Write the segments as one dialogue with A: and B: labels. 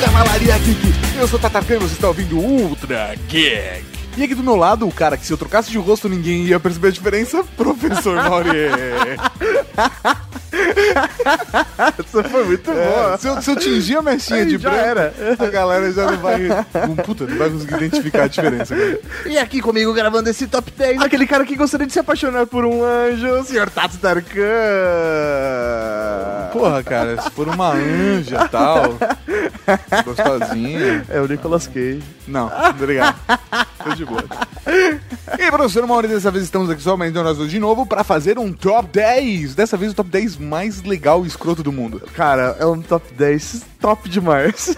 A: Cavalaria Geek. Eu sou Tatacan e você está ouvindo Ultra Geek. E aqui do meu lado, o cara que se eu trocasse de rosto ninguém ia perceber a diferença, Professor Mauri.
B: Essa foi muito boa.
A: É, se, eu, se eu tingir a mechinha de
B: já
A: branco,
B: era.
A: a galera já não vai. Não, Puta, não vai conseguir identificar a diferença. né? cara.
B: E aqui comigo gravando esse top 10, aquele cara que gostaria de se apaixonar por um anjo, o senhor Tato Tarkan.
A: Porra, cara, se for uma anja e tal, gostosinha.
B: É o Nicolas Cage.
A: Não, obrigado. Tô de boa. E, professor Mauri, dessa vez estamos aqui somente nós dois de novo para fazer um top 10. Dessa vez o top 10 mais legal e escroto do mundo.
B: Cara, é um top 10 top demais.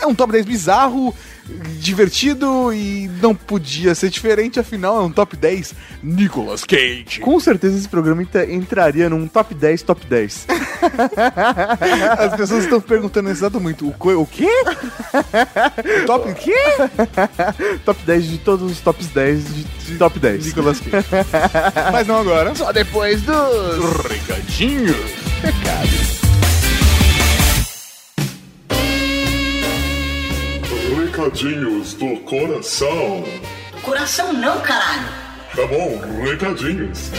A: É um top 10 bizarro, divertido e não podia ser diferente, afinal é um top 10 Nicolas Cage.
B: Com certeza esse programa entra- entraria num top 10 top 10.
A: As pessoas estão perguntando nesse exato muito, o, co- o quê? O top o quê?
B: top 10 de todos os tops 10 de, de top 10.
A: Nicolas Cage. Mas não agora.
B: Só depois dos...
A: Recadinho.
C: Recadinhos do coração.
D: Coração não, caralho.
C: Tá bom, recadinhos.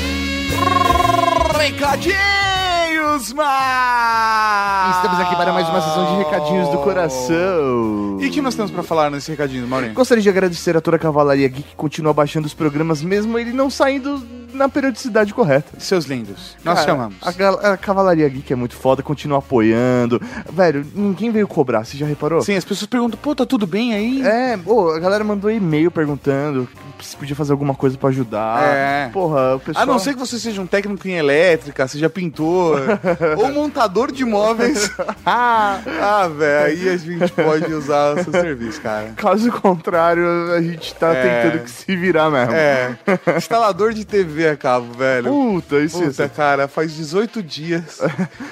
A: Recadinhos, mas...
B: Estamos aqui para mais uma sessão de recadinhos do coração.
A: E o que nós temos pra falar nesse recadinho, Maurinho?
B: Gostaria de agradecer a toda a Cavalaria Geek que continua baixando os programas, mesmo ele não saindo na periodicidade correta.
A: Seus lindos, nós
B: Cara,
A: chamamos.
B: A, gal- a Cavalaria Geek é muito foda, continua apoiando. Velho, ninguém veio cobrar, você já reparou?
A: Sim, as pessoas perguntam, pô, tá tudo bem aí?
B: É, pô, a galera mandou e-mail perguntando se podia fazer alguma coisa pra ajudar.
A: É.
B: Porra, o pessoal.
A: A não ser que você seja um técnico em elétrica, seja pintor ou montador de móveis. ah, velho, aí a gente pode usar o seu serviço, cara.
B: Caso contrário, a gente tá
A: É.
B: tentando que se virar mesmo.
A: É, instalador de TV a cabo, velho.
B: Puta, isso,
A: Puta, é
B: isso.
A: cara, faz 18 dias.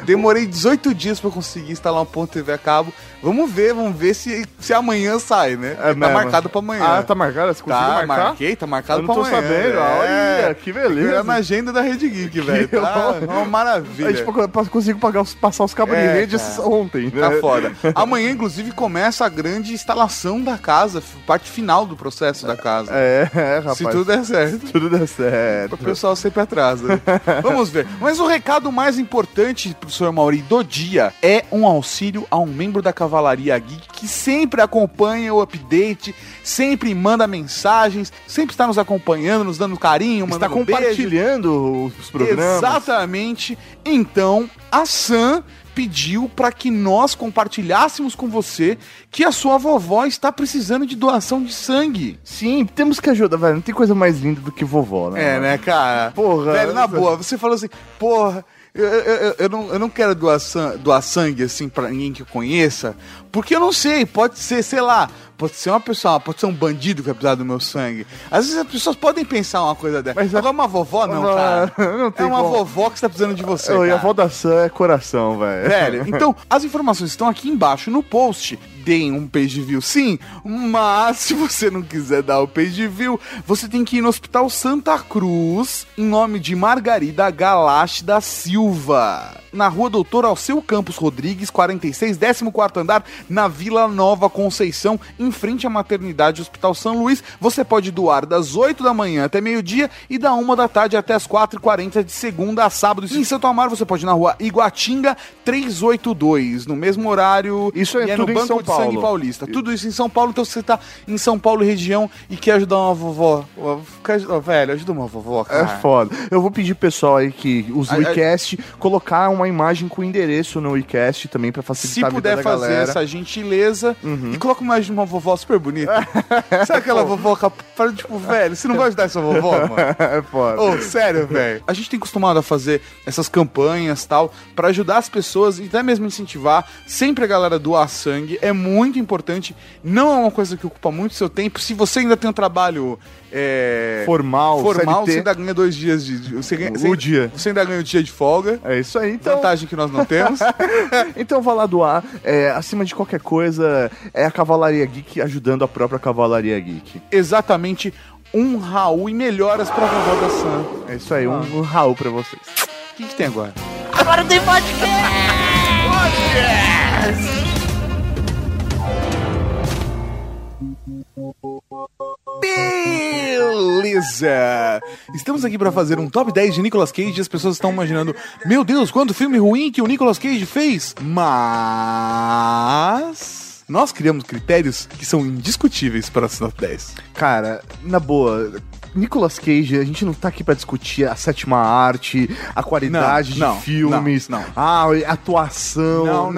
A: Demorei 18 dias pra conseguir instalar um ponto TV a cabo. Vamos ver, vamos ver se, se amanhã sai, né? tá
B: É mesmo.
A: marcado pra amanhã.
B: Ah, tá marcado? Você conseguiu
A: Tá,
B: marcar?
A: marquei, tá marcado
B: Eu
A: pra
B: não tô
A: amanhã.
B: sabendo,
A: É.
B: olha, que beleza.
A: Tá na agenda da Rede Geek, velho. Tá
B: bom.
A: uma maravilha.
B: A gente pa- conseguiu pagar os- passar os cabos de
A: É,
B: rede
A: cara.
B: ontem, né?
A: Tá foda. Amanhã, inclusive, começa a grande instalação da casa, f- parte final do processo da casa.
B: É, é, rapaz.
A: Se tudo der certo.
B: tudo der
A: O
B: certo.
A: pessoal sempre atrasa. né? Vamos ver. Mas o recado mais importante, professor Mauri, do dia é um auxílio a um membro da Cavalaria Geek que sempre acompanha o update, sempre manda mensagens, sempre está nos acompanhando, nos dando carinho, mandando
B: Está
A: beijo.
B: compartilhando os programas.
A: Exatamente. Então, a Sam pediu para que nós compartilhássemos com você que a sua vovó está precisando de doação de sangue.
B: Sim, temos que ajudar, velho. Não tem coisa mais linda do que vovó, né?
A: É, né, cara?
B: Porra.
A: Velho, na boa, você falou assim, porra. Eu, eu, eu- eu não, eu não quero doar, san- doar sangue, assim, pra ninguém que eu conheça, porque eu não sei, pode ser, sei lá, pode ser uma pessoa, pode ser um bandido que vai precisar do meu sangue. Às vezes as pessoas podem pensar uma coisa dessa.
B: Mas a-
A: Agora uma vovó não,
B: Não,
A: cara.
B: não tem
A: é uma
B: como.
A: vovó que está precisando de você,
B: Ô, e a
A: cara.
B: avó da Sam é coração, velho.
A: Velho, então, as informações estão aqui embaixo no post. Deem um page view sim, mas se você não quiser dar o page view, você tem que ir no Hospital Santa Cruz, em nome de Margarida Galache da Silva, na rua Doutor Alceu Campos Rodrigues, 46, 14 andar, na Vila Nova Conceição, em frente à maternidade Hospital São Luís. Você pode doar das 8 da manhã até meio-dia e da 1 da tarde até as 4h40 de segunda a sábado. Em Santo Amaro, você pode ir na rua Iguatinga 382, no mesmo horário.
B: Isso é
A: e
B: tudo
A: no
B: em
A: Banco
B: São
A: de
B: Paulo.
A: Sangue Paulista. Tudo isso em São Paulo, então se você tá em São Paulo e região e quer ajudar uma vovó. ó, quer- ó, velho, ajuda uma vovó,
B: É
A: cara.
B: foda. Eu vou pedir pro pessoal aí que usa o
A: Ai, ai.
B: WeCast, colocar uma imagem com endereço no WeCast também pra
A: Se
B: facilitar tá a vida
A: puder
B: da
A: fazer
B: galera. Uhum.
A: essa gentileza e coloca uma imagem de uma vovó super bonita. Sabe aquela vovó que fala, tipo, velho, você não vai ajudar essa vovó, mano?
B: é foda.
A: Ô, sério, velho. A gente tem costumado a fazer essas campanhas tal, pra ajudar as pessoas e até mesmo incentivar. Sempre a galera doar sangue é muito importante. Não é uma coisa que ocupa muito seu tempo. Se você ainda tem um trabalho é,
B: Formal,
A: formal, você
B: CLT.
A: ainda ganha dois dias de. de- Você ganha,
B: O
A: você ainda-
B: dia.
A: Você ainda ganha o dia de folga.
B: É isso aí, então.
A: Vantagem que nós não temos.
B: Então vá lá doar. É, acima de qualquer coisa, é a Cavalaria Geek ajudando a própria Cavalaria Geek.
A: Exatamente um Raul e melhoras pra vovó da Sam.
B: É isso aí,
A: Ah.
B: um, um Raul pra vocês.
A: O que, que tem agora?
D: Agora tem podcast!
A: coisa. Estamos aqui para fazer um top 10 de Nicolas Cage e as pessoas estão imaginando, meu Deus, quanto filme ruim que o Nicolas Cage fez. Mas nós criamos critérios que são indiscutíveis para esse top 10.
B: Cara, na boa, Nicolas Cage, a gente não tá aqui pra discutir a sétima arte, a qualidade
A: Não, não,
B: de filmes,
A: não, não.
B: Ah, atuação.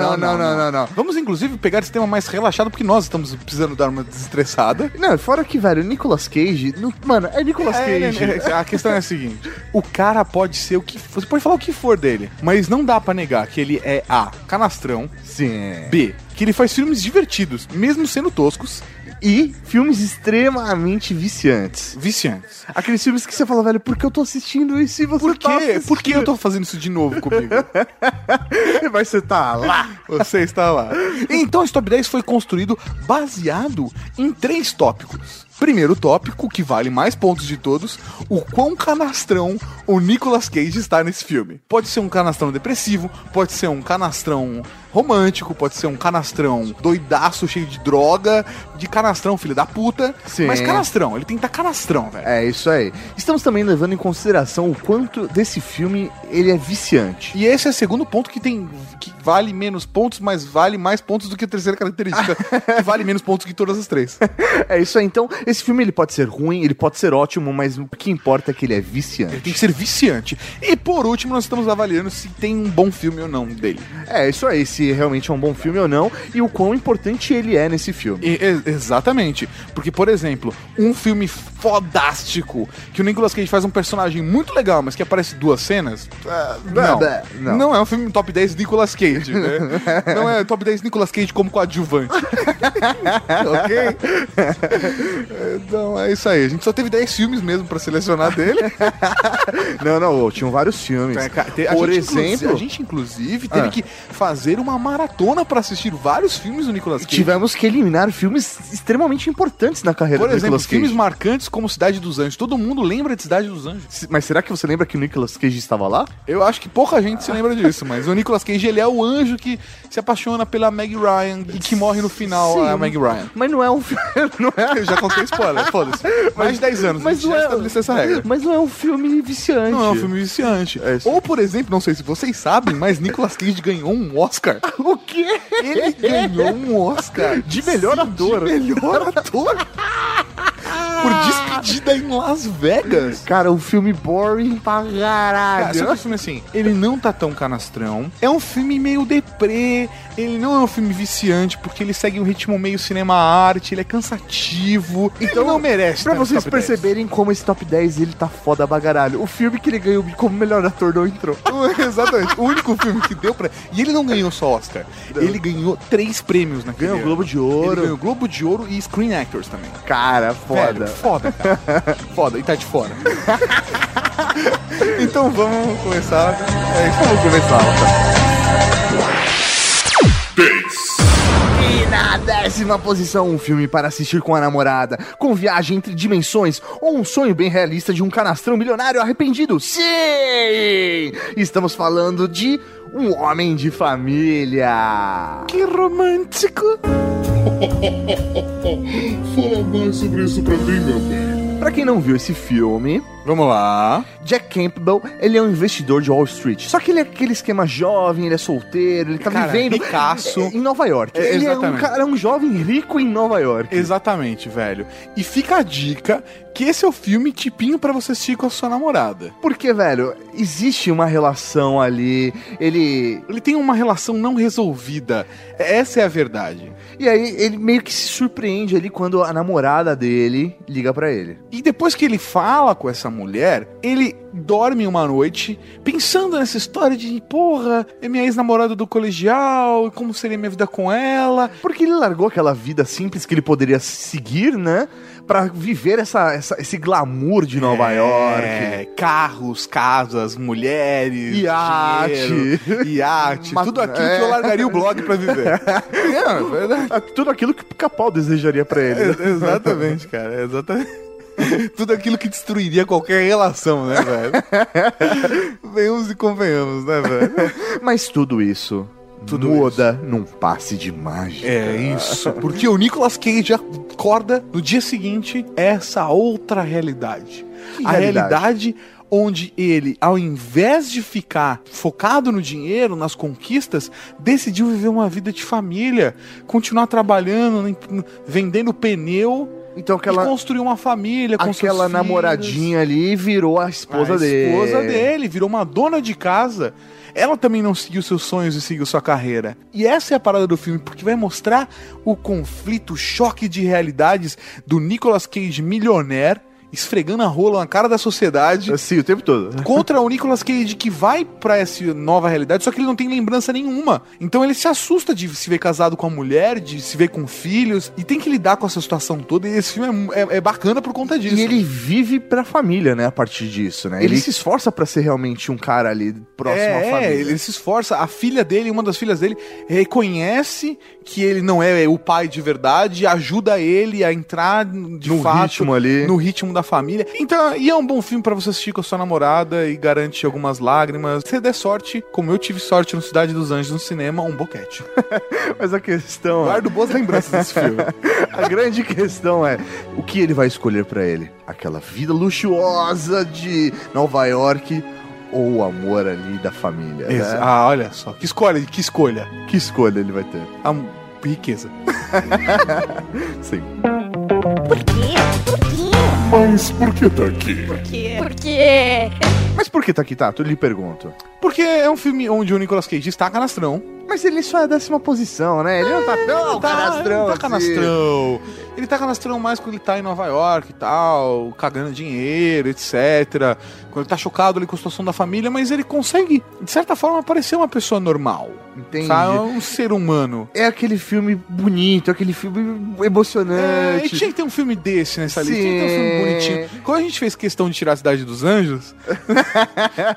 A: Vamos inclusive pegar esse tema mais relaxado porque nós estamos precisando dar uma desestressada.
B: Não, fora que, velho, Nicolas Cage. não- mano, é Nicolas Cage.
A: É, a questão é a seguinte: o cara pode ser o que for, você pode falar o que for dele, mas não dá pra negar que ele é a canastrão,
B: Sim.
A: b que ele faz filmes divertidos, mesmo sendo toscos,
B: E filmes extremamente viciantes.
A: viciantes.
B: Aqueles filmes que você fala, velho, por que eu tô assistindo isso e você
A: Por
B: tá
A: que?
B: assistindo?
A: Por que eu tô fazendo isso de novo comigo?
B: Mas você tá lá.
A: Você está lá. Então, esse top 10 foi construído baseado em três tópicos. Primeiro tópico, que vale mais pontos de todos, o quão canastrão o Nicolas Cage está nesse filme. Pode ser um canastrão depressivo, pode ser um canastrão romântico, pode ser um canastrão doidaço, cheio de droga, de canastrão, filho da puta.
B: Sim.
A: Mas canastrão, ele tem que estar canastrão, velho.
B: É isso aí. Estamos também levando em consideração o quanto desse filme ele é viciante.
A: E esse é o segundo ponto que tem. que vale menos pontos, mas vale mais pontos do que a terceira característica. que vale menos pontos que todas as três.
B: É isso aí. Então, esse filme ele pode ser ruim, ele pode ser ótimo, mas o que importa é que ele é
A: Ele
B: viciante.
A: tem que ser viciante. E por último, nós estamos avaliando se tem um bom filme ou não dele.
B: É isso aí, se realmente é um bom filme ou não e o quão importante ele é nesse filme.
A: E- e- exatamente. Porque, por exemplo, um filme fodástico que o Nicolas Cage faz um personagem muito legal, mas que aparece duas cenas. ah, não.
B: Nada,
A: não.
B: não.
A: é um filme top 10 Nicolas Cage, né? não é top 10 Nicolas Cage como coadjuvante. ok? Então é isso aí. A gente só teve 10 filmes mesmo pra selecionar dele.
B: Não, não, tinham vários filmes.
A: É, cara, te- a
B: Por
A: gente, inclusive-
B: exemplo,
A: a gente inclusive teve
B: Ah.
A: que fazer uma maratona pra assistir vários filmes do Nicolas Cage.
B: tivemos que eliminar filmes extremamente importantes na carreira
A: Por
B: do
A: exemplo,
B: Nicolas Cage.
A: filmes marcantes como Cidade dos Anjos. Todo mundo lembra de Cidade dos Anjos.
B: Se- Mas será que você lembra que o Nicolas Cage estava lá?
A: Eu acho que pouca gente se lembra disso, mas o Nicolas Cage ele é o anjo que se apaixona pela Meg Ryan e que morre no final
B: Sim.
A: a Meg Ryan.
B: Mas não é um filme. Não é...
A: Eu já contei spoiler, foda-se. Mais de 10 anos, a
B: Mas
A: gente
B: não,
A: já
B: é,
A: estabeleceu essa regra.
B: mas não é um filme viciante.
A: Não, é um filme viciante.
B: É isso.
A: Ou, por exemplo, não sei se vocês sabem, mas Nicolas Cage ganhou um Oscar.
B: O quê?
A: Ele ganhou um Oscar
B: De melhor ator.
A: De melhor ator. Por despedida em Las Vegas.
B: Cara, um filme boring pra caralho.
A: Cara, só que o filme assim, ele não tá tão canastrão. É um filme meio deprê. Ele não é um filme viciante, porque ele segue um ritmo meio cinema-arte. Ele é cansativo. Então não merece.
B: Pra
A: estar no
B: vocês
A: top 10.
B: perceberem como esse top 10 ele tá foda bagaralho. O filme que ele ganhou como melhor ator não entrou.
A: Exatamente. O único filme que deu pra. E ele não ganhou só Oscar. Ele ganhou três prêmios naquele
B: Ganhou o
A: ano.
B: Globo de
A: Ele
B: Ouro.
A: ganhou Globo de Ouro e Screen Actors também.
B: Cara, foda.
A: Velho, foda, cara. foda, e tá de fora. então vamos começar. É, vamos começar.
B: E na décima posição, um filme para assistir com a namorada, com viagem entre dimensões ou um sonho bem realista de um canastrão milionário arrependido. Sim! Estamos falando de um homem de família.
A: Que romântico.
C: Fala mais sobre isso pra mim, meu bem.
B: Pra quem não viu esse filme,
A: Vamos lá.
B: Jack Campbell, ele é um investidor de Wall Street. Só que ele é aquele esquema jovem, ele é solteiro, ele tá
A: Cara,
B: vivendo
A: ricaço.
B: em Nova York.
A: É,
B: ele é um
A: exatamente.
B: cara, um jovem rico em Nova York.
A: Exatamente, velho. E fica a dica que esse é o filme tipinho pra você assistir com a sua namorada.
B: Porque, velho, existe uma relação ali. Ele
A: Ele tem uma relação não resolvida. Essa é a verdade.
B: E aí ele meio que se surpreende ali quando a namorada dele liga pra ele.
A: E depois que ele fala com essa mulher, ele dorme uma noite pensando nessa história de, porra, é minha ex-namorada do colegial, como seria minha vida com ela.
B: Porque ele largou aquela vida simples que ele poderia seguir, né? Pra viver essa, essa- esse glamour de Nova York.
A: É, carros, casas, mulheres,
B: Iate.
A: dinheiro, iate,
B: Ma-
A: tudo aquilo
B: é.
A: que eu largaria o blog pra viver. é, verdade.
B: Ah, Tudo aquilo que o pica-pau desejaria pra ele. né?
A: Exatamente, cara, exatamente. Tudo aquilo que destruiria qualquer relação, né, velho? Venhamos e convenhamos, né, velho?
B: Mas tudo isso
A: Tudo
B: muda num passe de mágica.
A: É isso. Porque o Nicolas Cage acorda no dia seguinte essa outra realidade.
B: Que
A: a
B: realidade?
A: realidade onde ele, ao invés de ficar focado no dinheiro, nas conquistas, decidiu viver uma vida de família, continuar trabalhando, em- vendendo pneu
B: Então
A: e
B: aquela,
A: construir uma família com seus
B: aquela
A: filhos.
B: namoradinha ali virou a esposa
A: a
B: dele.
A: esposa dele, virou uma dona de casa. Ela também não seguiu seus sonhos e seguiu sua carreira. E essa é a parada do filme, porque vai mostrar o conflito, o choque de realidades do Nicolas Cage milionaire, esfregando a rola na cara da sociedade,
B: Assim, o tempo todo.
A: contra o Nicolas Cage que vai pra essa nova realidade, só que ele não tem lembrança nenhuma. Então ele se assusta de se ver casado com a mulher, de se ver com filhos, e tem que lidar com essa situação toda. E esse filme é, é- é bacana por conta disso.
B: E ele vive pra família, né, a partir disso, né? Ele,
A: Ele-
B: se esforça pra ser realmente um cara ali próximo
A: é,
B: à família.
A: É, ele se esforça. A filha dele, uma das filhas dele, reconhece que ele não é o pai de verdade, ajuda ele a entrar de
B: no
A: fato
B: ritmo ali.
A: no ritmo da família. Então, e é um bom filme pra você assistir com a sua namorada e garante algumas lágrimas. Se der sorte, como eu tive sorte no Cidade dos Anjos no cinema, um boquete.
B: Mas a questão, é,
A: Guardo boas lembranças desse filme.
B: a grande questão é o que ele vai escolher pra ele? Aquela vida luxuosa de Nova York ou o amor ali da família? né? Ah,
A: Exa- Ah, olha só. Que escolha, que escolha.
B: Que escolha ele vai ter?
A: A m- riqueza.
B: Sim.
C: Mas por que tá aqui?
E: Porque
B: Mas por que tá aqui, Tato? Eu lhe pergunto.
A: Porque é um filme onde o Nicolas Cage está canastrão.
B: Mas ele só é décima posição, né? Ele não tá tão
A: tá,
B: canastrão.
A: Ele tá
B: assim.
A: canastrão. Ele tá canastrão mais quando ele tá em Nova York e tal, cagando dinheiro, etc. Quando ele tá chocado ali com a situação da família, mas ele consegue, de certa forma, parecer uma pessoa normal.
B: Entendi.
A: Sabe? É Um ser humano.
B: É aquele filme bonito, é aquele filme
A: É, e
B: emocionante.
A: tinha que ter um filme desse nessa lista. Tinha que ter um filme
B: Sim.
A: bonitinho. Quando a gente fez questão de tirar a Cidade dos Anjos.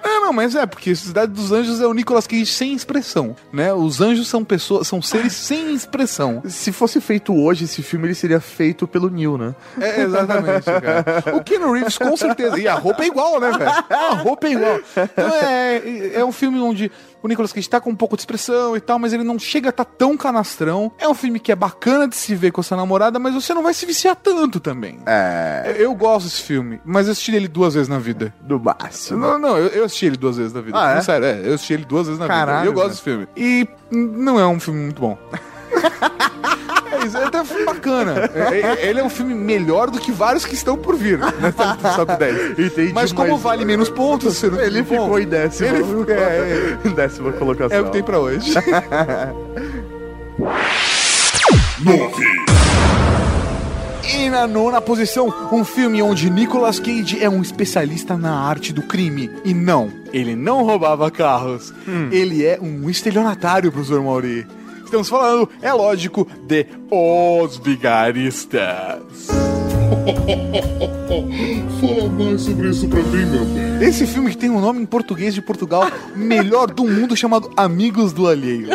A: não, não, mas é, porque Cidade dos Anjos é o Nicolas Cage sem expressão, né? Os anjos são pessoas, são seres sem expressão.
B: Se fosse feito hoje, esse filme ele seria feito pelo Neil, né?
A: É, exatamente, cara. O Keanu Reeves, com certeza. E a roupa é igual, né, velho? A roupa é igual. Então é, é um filme onde o Nicolas Cage tá com um pouco de expressão e tal, mas ele não chega a tá tão canastrão. É um filme que é bacana de se ver com essa namorada, mas você não vai se viciar tanto também.
B: É,
A: Eu gosto desse filme, mas eu assisti ele duas vezes na vida.
B: do máximo.
A: Não, não, eu, eu assisti ele duas vezes na vida.
B: Ah, é?
A: Não, Sério, é, eu assisti ele duas vezes na
B: Caralho,
A: vida. Eu gosto
B: velho.
A: desse filme. E hum, não é um filme muito bom. é isso, é até um filme bacana. É, é, ele é um filme melhor do que vários que estão por vir nessa top 10.
B: Tá Entendi,
A: Mas como vale menos pontos, você não
B: Ele
A: bom,
B: ficou em décimo.
A: Ele- é,
B: Em décima colocação.
A: É o que tem pra hoje.
C: 9.
A: E na nona posição, um filme onde Nicolas Cage é um especialista na arte do crime. E não, ele não roubava carros. Ele é um estelionatário, professor Mauri. Estamos falando, é lógico, de Os Vigaristas.
C: Fala mais sobre isso pra mim, meu bem.
A: Esse filme que tem um nome em português de Portugal, melhor do mundo, chamado Amigos do Alheio.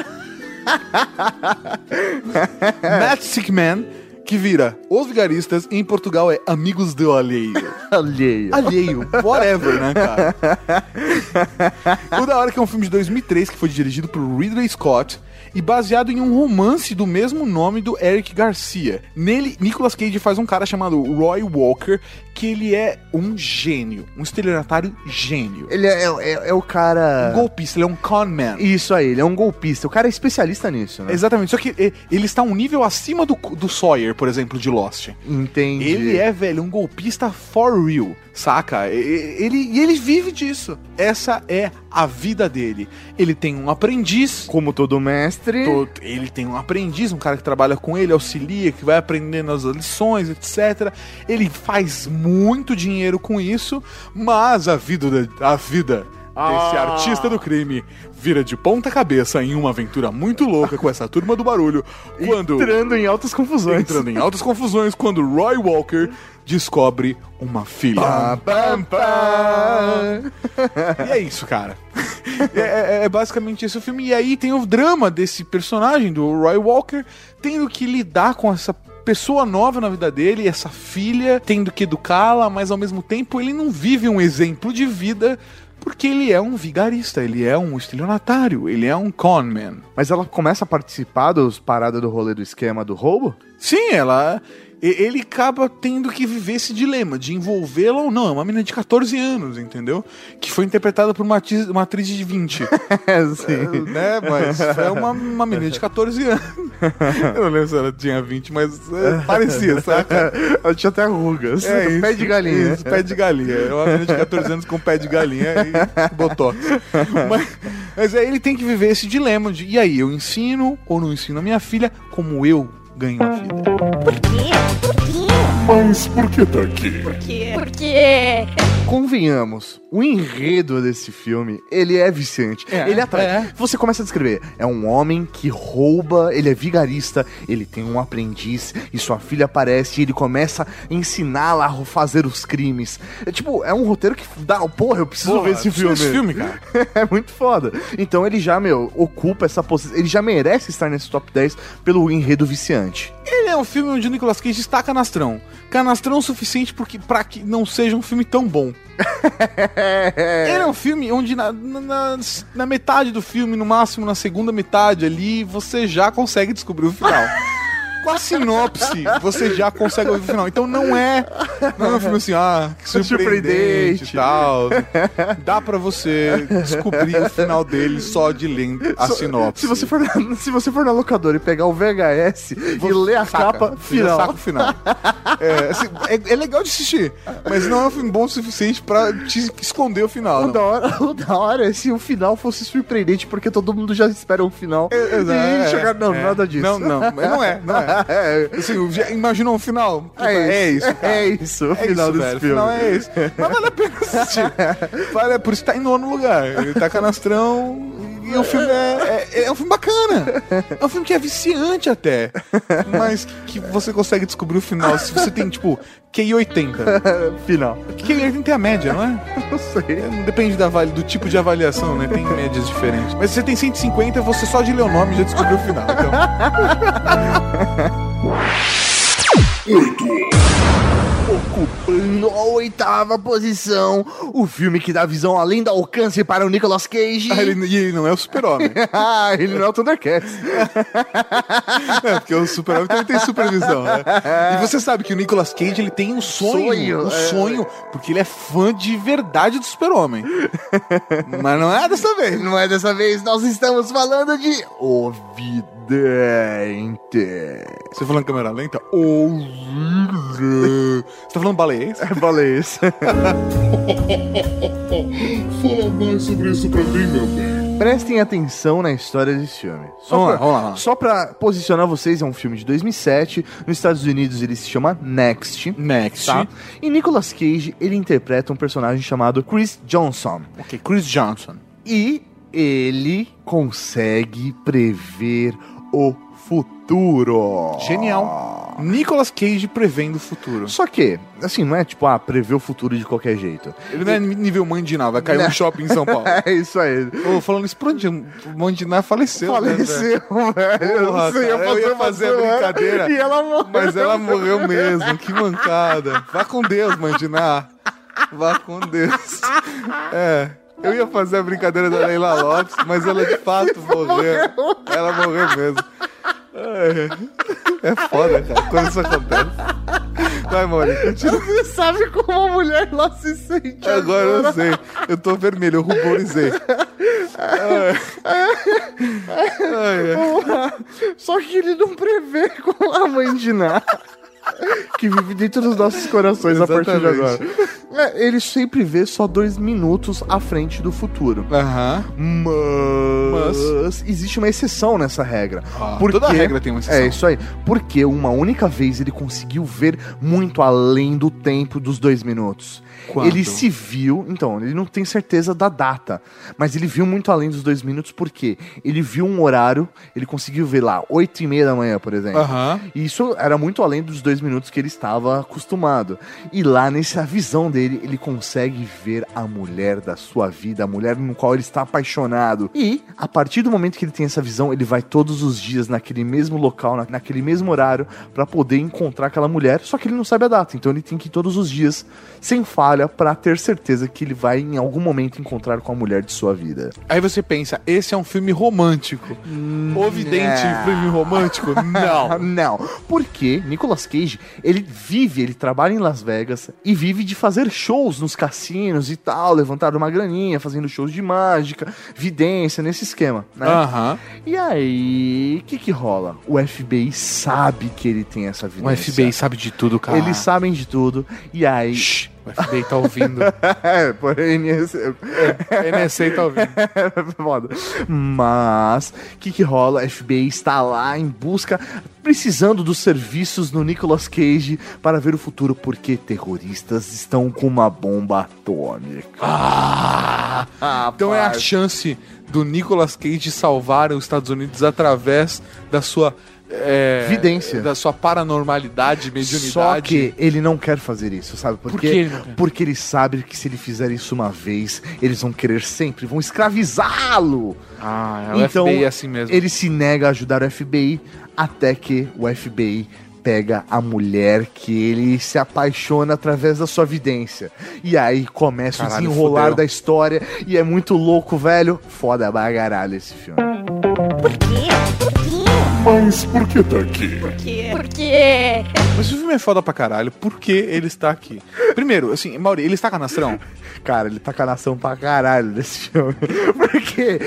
A: Matt Sickman, que vira Os Vigaristas, e em Portugal é Amigos do Alheio.
B: Alheio.
A: alheio, whatever, né, cara? o da hora que é um filme de 2003 que foi dirigido por Ridley Scott e baseado em um romance do mesmo nome do Eric Garcia. Nele, Nicolas Cage faz um cara chamado Roy Walker, que ele é um gênio, um estelionatário gênio.
B: Ele é, é- é o cara.
A: Um golpista, ele é um con man.
B: Isso aí, ele é um golpista. O cara é especialista nisso, né?
A: Exatamente, só que e- ele está um nível acima do, do Sawyer, por exemplo, de Lost.
B: Entendi.
A: Ele é, velho, um golpista for real, saca? E- e- Ele, e ele vive disso. Essa é a vida dele. Ele tem um aprendiz.
B: Como todo mestre.
A: to- Ele tem um aprendiz, um cara que trabalha com ele, auxilia, que vai aprendendo as lições, etc. Ele faz muito dinheiro com isso, mas a vida, da- a vida desse
B: Ah.
A: artista do crime vira de ponta cabeça em uma aventura muito louca com essa turma do barulho. Quando
B: Entrando em altas confusões.
A: entrando em altas confusões quando Roy Walker descobre uma filha.
B: Pam, pam.
A: E é isso, cara. É, é- é basicamente esse o filme. E aí tem o drama desse personagem, do Roy Walker, tendo que lidar com essa pessoa nova na vida dele, essa filha, tendo que educá-la, mas ao mesmo tempo ele não vive um exemplo de vida Porque ele é um vigarista, ele é um estelionatário, ele é um conman.
B: Mas ela começa a participar dos paradas do rolê do esquema do roubo?
A: Sim, ela. e- Ele acaba tendo que viver esse dilema de envolvê-la ou não. É uma menina de 14 anos, entendeu? Que foi interpretada por uma, ati- uma atriz de 20.
B: É,
A: É, né? Mas é uma, uma menina de 14 anos. Eu não lembro se ela tinha 20, mas é, parecia, saca?
B: Ela É, tinha até rugas. Pé de galinha.
A: É Isso, pé de galinha. É uma menina de 14 anos com pé de galinha e botox. Mas, mas aí ele tem que viver esse dilema de, e aí, eu ensino ou não ensino a minha filha como eu ganho a vida?
C: Mas por que tá aqui?
E: Porque
B: Convenhamos, o enredo desse filme, ele é viciante.
A: É,
B: ele atrai.
A: é.
B: Você começa a descrever. É um homem que rouba, ele é vigarista, ele tem um aprendiz e sua filha aparece e ele começa a ensiná-la a fazer os crimes. É tipo, é um roteiro que dá. Porra, eu preciso
A: Porra,
B: ver esse
A: preciso ver
B: filme.
A: esse filme, cara.
B: é muito foda. Então ele já, meu, ocupa essa posição. Ele já merece estar nesse top 10 pelo enredo viciante.
A: Ele é um filme onde o Nicolas Cage está canastrão. Canastrão o suficiente porque, pra que não seja um filme tão bom. Ele é um filme onde na, na- na- na metade do filme, no máximo na segunda metade ali, você já consegue descobrir o final. Com a sinopse, você já consegue ouvir o final. Então não é, não é um filme assim, ah, que surpreendente e
B: Surpreendente.
A: tal. Dá pra você descobrir o final dele só de lendo a
B: Só-
A: sinopse.
B: Se você, for na, se você for na locadora e pegar o VHS e ler a
A: Saca,
B: capa
A: você já
B: final.
A: Saca o final. É, assim, é- é legal de assistir, mas não é um filme bom o suficiente pra te esconder o final.
B: O
A: não.
B: da, hora, o da hora é se o final fosse surpreendente, porque todo mundo já espera um final.
A: É,
B: e chegar, não,
A: é.
B: nada disso.
A: Não, não, mas não é, não é. Assim, já imaginou um final? Tipo,
B: É isso,
A: cara.
B: é isso, o
A: É
B: final
A: isso,
B: desse
A: velho.
B: filme.
A: O final é esse. Mas vale a pena assistir. Vale, por isso tá em nono lugar. Ele tá canastrão. E o filme é, é, é um filme bacana. É um filme que é viciante até. Mas que, que você consegue descobrir o final se você tem, tipo, QI 80.
B: Final.
A: QI 80 é a média, não é?
B: Não sei.
A: É, não Depende da avali- do tipo de avaliação, né? Tem médias diferentes. Mas se você tem 150, você só de ler o nome já descobriu o final. Então.
B: Ocupando a oitava posição, o filme que dá visão além do alcance para o Nicolas Cage.
A: Ah, ele- e ele não é o super-homem.
B: Ah, ele não é o Thundercats.
A: É, porque o super-homem também tem supervisão, né? E você sabe que o Nicolas Cage, ele tem um sonho.
B: Sonho,
A: um
B: é.
A: sonho, porque ele é fã de verdade do super-homem. Mas não é dessa vez.
B: Não é dessa vez, nós estamos falando de O Vidente.
A: Você tá falando em câmera lenta? Ouvir. Você tá falando baleias? é
B: Falei isso.
C: Fala mais sobre isso pra mim, meu bem.
B: Prestem atenção na história desse filme. Só
A: Vamos lá,
B: pra,
A: vamos lá.
B: Só pra posicionar vocês, é um filme de 2007. Nos Estados Unidos ele se chama Next.
A: Next.
B: Tá? E Nicolas Cage, ele interpreta um personagem chamado Chris Johnson.
A: Ok, Chris Johnson.
B: E ele consegue prever o futuro.
A: Genial. Nicolas Cage prevendo o futuro.
B: Só que, assim, não é tipo, ah, prever o futuro de qualquer jeito.
A: Ele não é nível Mandiná, vai cair um
B: Não.
A: shopping em São Paulo.
B: É isso aí.
A: Ô, falando isso, por onde Mandiná faleceu, né, velho?
B: Faleceu, velho. Eu
A: Porra,
B: não sei,
A: cara, eu ia fazer a
B: uma-
A: brincadeira,
B: E ela morreu.
A: Mas ela morreu mesmo, que mancada. Vá com Deus, Mandiná. Vá com Deus. É, eu ia fazer a brincadeira da Leila Lopes, mas ela de fato morreu. Ela morreu mesmo. É, é foda, cara, quando isso acontece. Vai, Mônica, continua.
B: Você sabe como a mulher lá se sente.
A: Agora eu sei. Eu tô vermelho, eu ruborizei. É. Ai, ai.
B: Só que ele não prevê com a mãe de Ná. Que vive dentro dos nossos corações a partir de agora. É, ele sempre vê só dois minutos à frente do futuro.
A: Aham.
B: Mas, existe uma exceção nessa regra.
A: Ah, toda regra tem uma exceção.
B: É isso aí. Porque uma única vez ele conseguiu ver muito além do tempo dos dois minutos.
A: Quanto?
B: Ele se viu, então, ele não tem certeza da data, mas ele viu muito além dos dois minutos porque ele viu um horário, ele conseguiu ver lá, 8 e meia da manhã, por exemplo.
A: Aham.
B: E isso era muito além dos dois minutos que ele estava acostumado. E lá nessa visão dele, ele consegue ver a mulher da sua vida, a mulher no qual ele está apaixonado. E, a partir do momento que ele tem essa visão, ele vai todos os dias naquele mesmo local, na- naquele mesmo horário, pra poder encontrar aquela mulher, só que ele não sabe a data. Então ele tem que ir todos os dias, sem falha, pra ter certeza que ele vai em algum momento encontrar com a mulher de sua vida.
A: Aí você pensa, esse é um filme romântico. Ovidente
B: é.
A: filme romântico?
B: Ah,
A: Hum, Não. né?
B: Não, porque Nicolas Cage, ele vive, ele trabalha em Las Vegas e vive de fazer shows nos cassinos e tal, levantar uma graninha, fazendo shows de mágica, vidência, nesse esquema, né?
A: Aham.
B: E aí, o que que rola? O FBI sabe que ele tem essa
A: O
B: vidência.
A: FBI é. sabe de tudo, cara.
B: Eles sabem de tudo, e aí...
A: Shh, o FBI tá ouvindo.
B: é, porém, esse-
A: A NSA tá ouvindo.
B: Foda. Mas, o que, que rola? A FBI está lá em busca, precisando dos serviços do Nicolas Cage para ver o futuro, porque terroristas estão com uma bomba atômica.
A: Ah! Então é a chance do Nicolas Cage salvar os Estados Unidos através da sua. é,
B: Vidência.
A: Da sua paranormalidade, mediunidade.
B: Só que ele não quer fazer isso, sabe? Por
A: Por
B: quê?
A: que ele não quer?
B: Porque ele sabe que se ele fizer isso uma vez, eles vão querer sempre, vão escravizá-lo.
A: Ah, é o FBI é assim mesmo.
B: Então, Ele se nega a ajudar o FBI até que o FBI pega a mulher que ele se apaixona através da sua vidência. E aí começa
A: Caralho,
B: o desenrolar
A: fudeu.
B: da história e é muito louco, velho. Foda pra caralho esse filme.
C: Mas por que tá aqui?
E: Porque
A: Mas o filme é foda pra caralho, por que ele está aqui? Primeiro, assim, Mauri, ele está canastrão?
B: Cara, ele tá com a nação pra caralho nesse filme. Porque,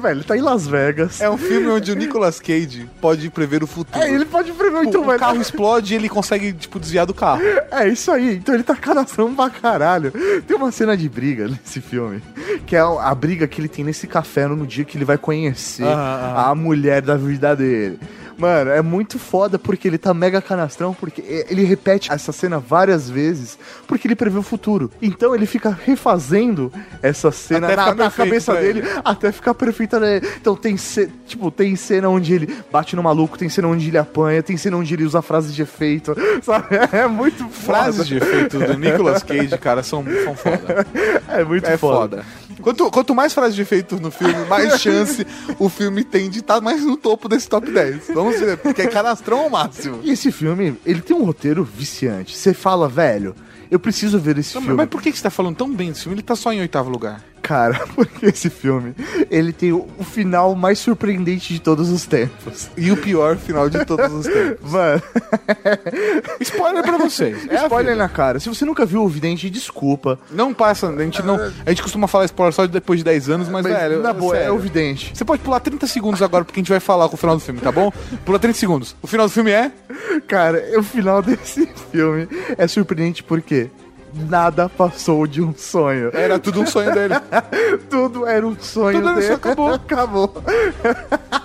B: velho, ele tá em Las Vegas.
A: É um filme onde o Nicolas Cage pode prever o futuro.
B: É, ele pode prever
A: Tipo,
B: muito,
A: o
B: velho.
A: carro explode e ele consegue, tipo, desviar do carro.
B: É isso aí, então ele tá canastrão pra caralho. Tem uma cena de briga nesse filme, que é a briga que ele tem nesse café no dia que ele vai conhecer
A: Ah, ah,
B: a mulher da vida dele. Mano, é muito foda porque ele tá mega canastrão, porque e- ele repete essa cena várias vezes, porque ele prevê o futuro. Então ele fica refazendo essa cena
A: Até
B: na,
A: ficar
B: na
A: perfeito
B: cabeça
A: pra
B: dele até ficar perfeita, né? Então tem, ce- tipo, tem cena onde ele bate no maluco, tem cena onde ele apanha, tem cena onde ele usa frases de efeito, sabe? É muito foda.
A: Frases de efeito do Nicolas Cage, cara, são, são foda.
B: É muito
A: É
B: foda.
A: foda. Quanto, quanto mais frases de efeito no filme, mais chance o filme tem de estar mais no topo desse top 10. Vamos ver, porque é canastrão ao máximo.
B: E esse filme, ele tem um roteiro viciante. Você fala, velho, eu preciso ver esse filme.
A: Mas por que que você tá falando tão bem desse filme? Ele tá só em oitavo lugar.
B: Cara, porque esse filme, ele tem o o final mais surpreendente de todos os tempos.
A: E o pior final de todos os tempos.
B: Mano,
A: Spoiler pra vocês. É a
B: spoiler
A: vida.
B: na cara. Se você nunca viu o Vidente, desculpa.
A: Não passa, a gente não. A gente costuma falar spoiler só depois de 10 anos, mas,
B: Mas,
A: velho.
B: na boa, é
A: sério.
B: o Vidente.
A: Você pode pular 30 segundos agora, porque a gente vai falar com o final do filme, tá bom? Pula 30 segundos. O final do filme é.
B: Cara, o final desse filme é surpreendente porque nada passou de um sonho.
A: Era tudo um sonho dele.
B: Tudo era um sonho
A: Tudo era um
B: dele.
A: sonho, acabou.
B: acabou.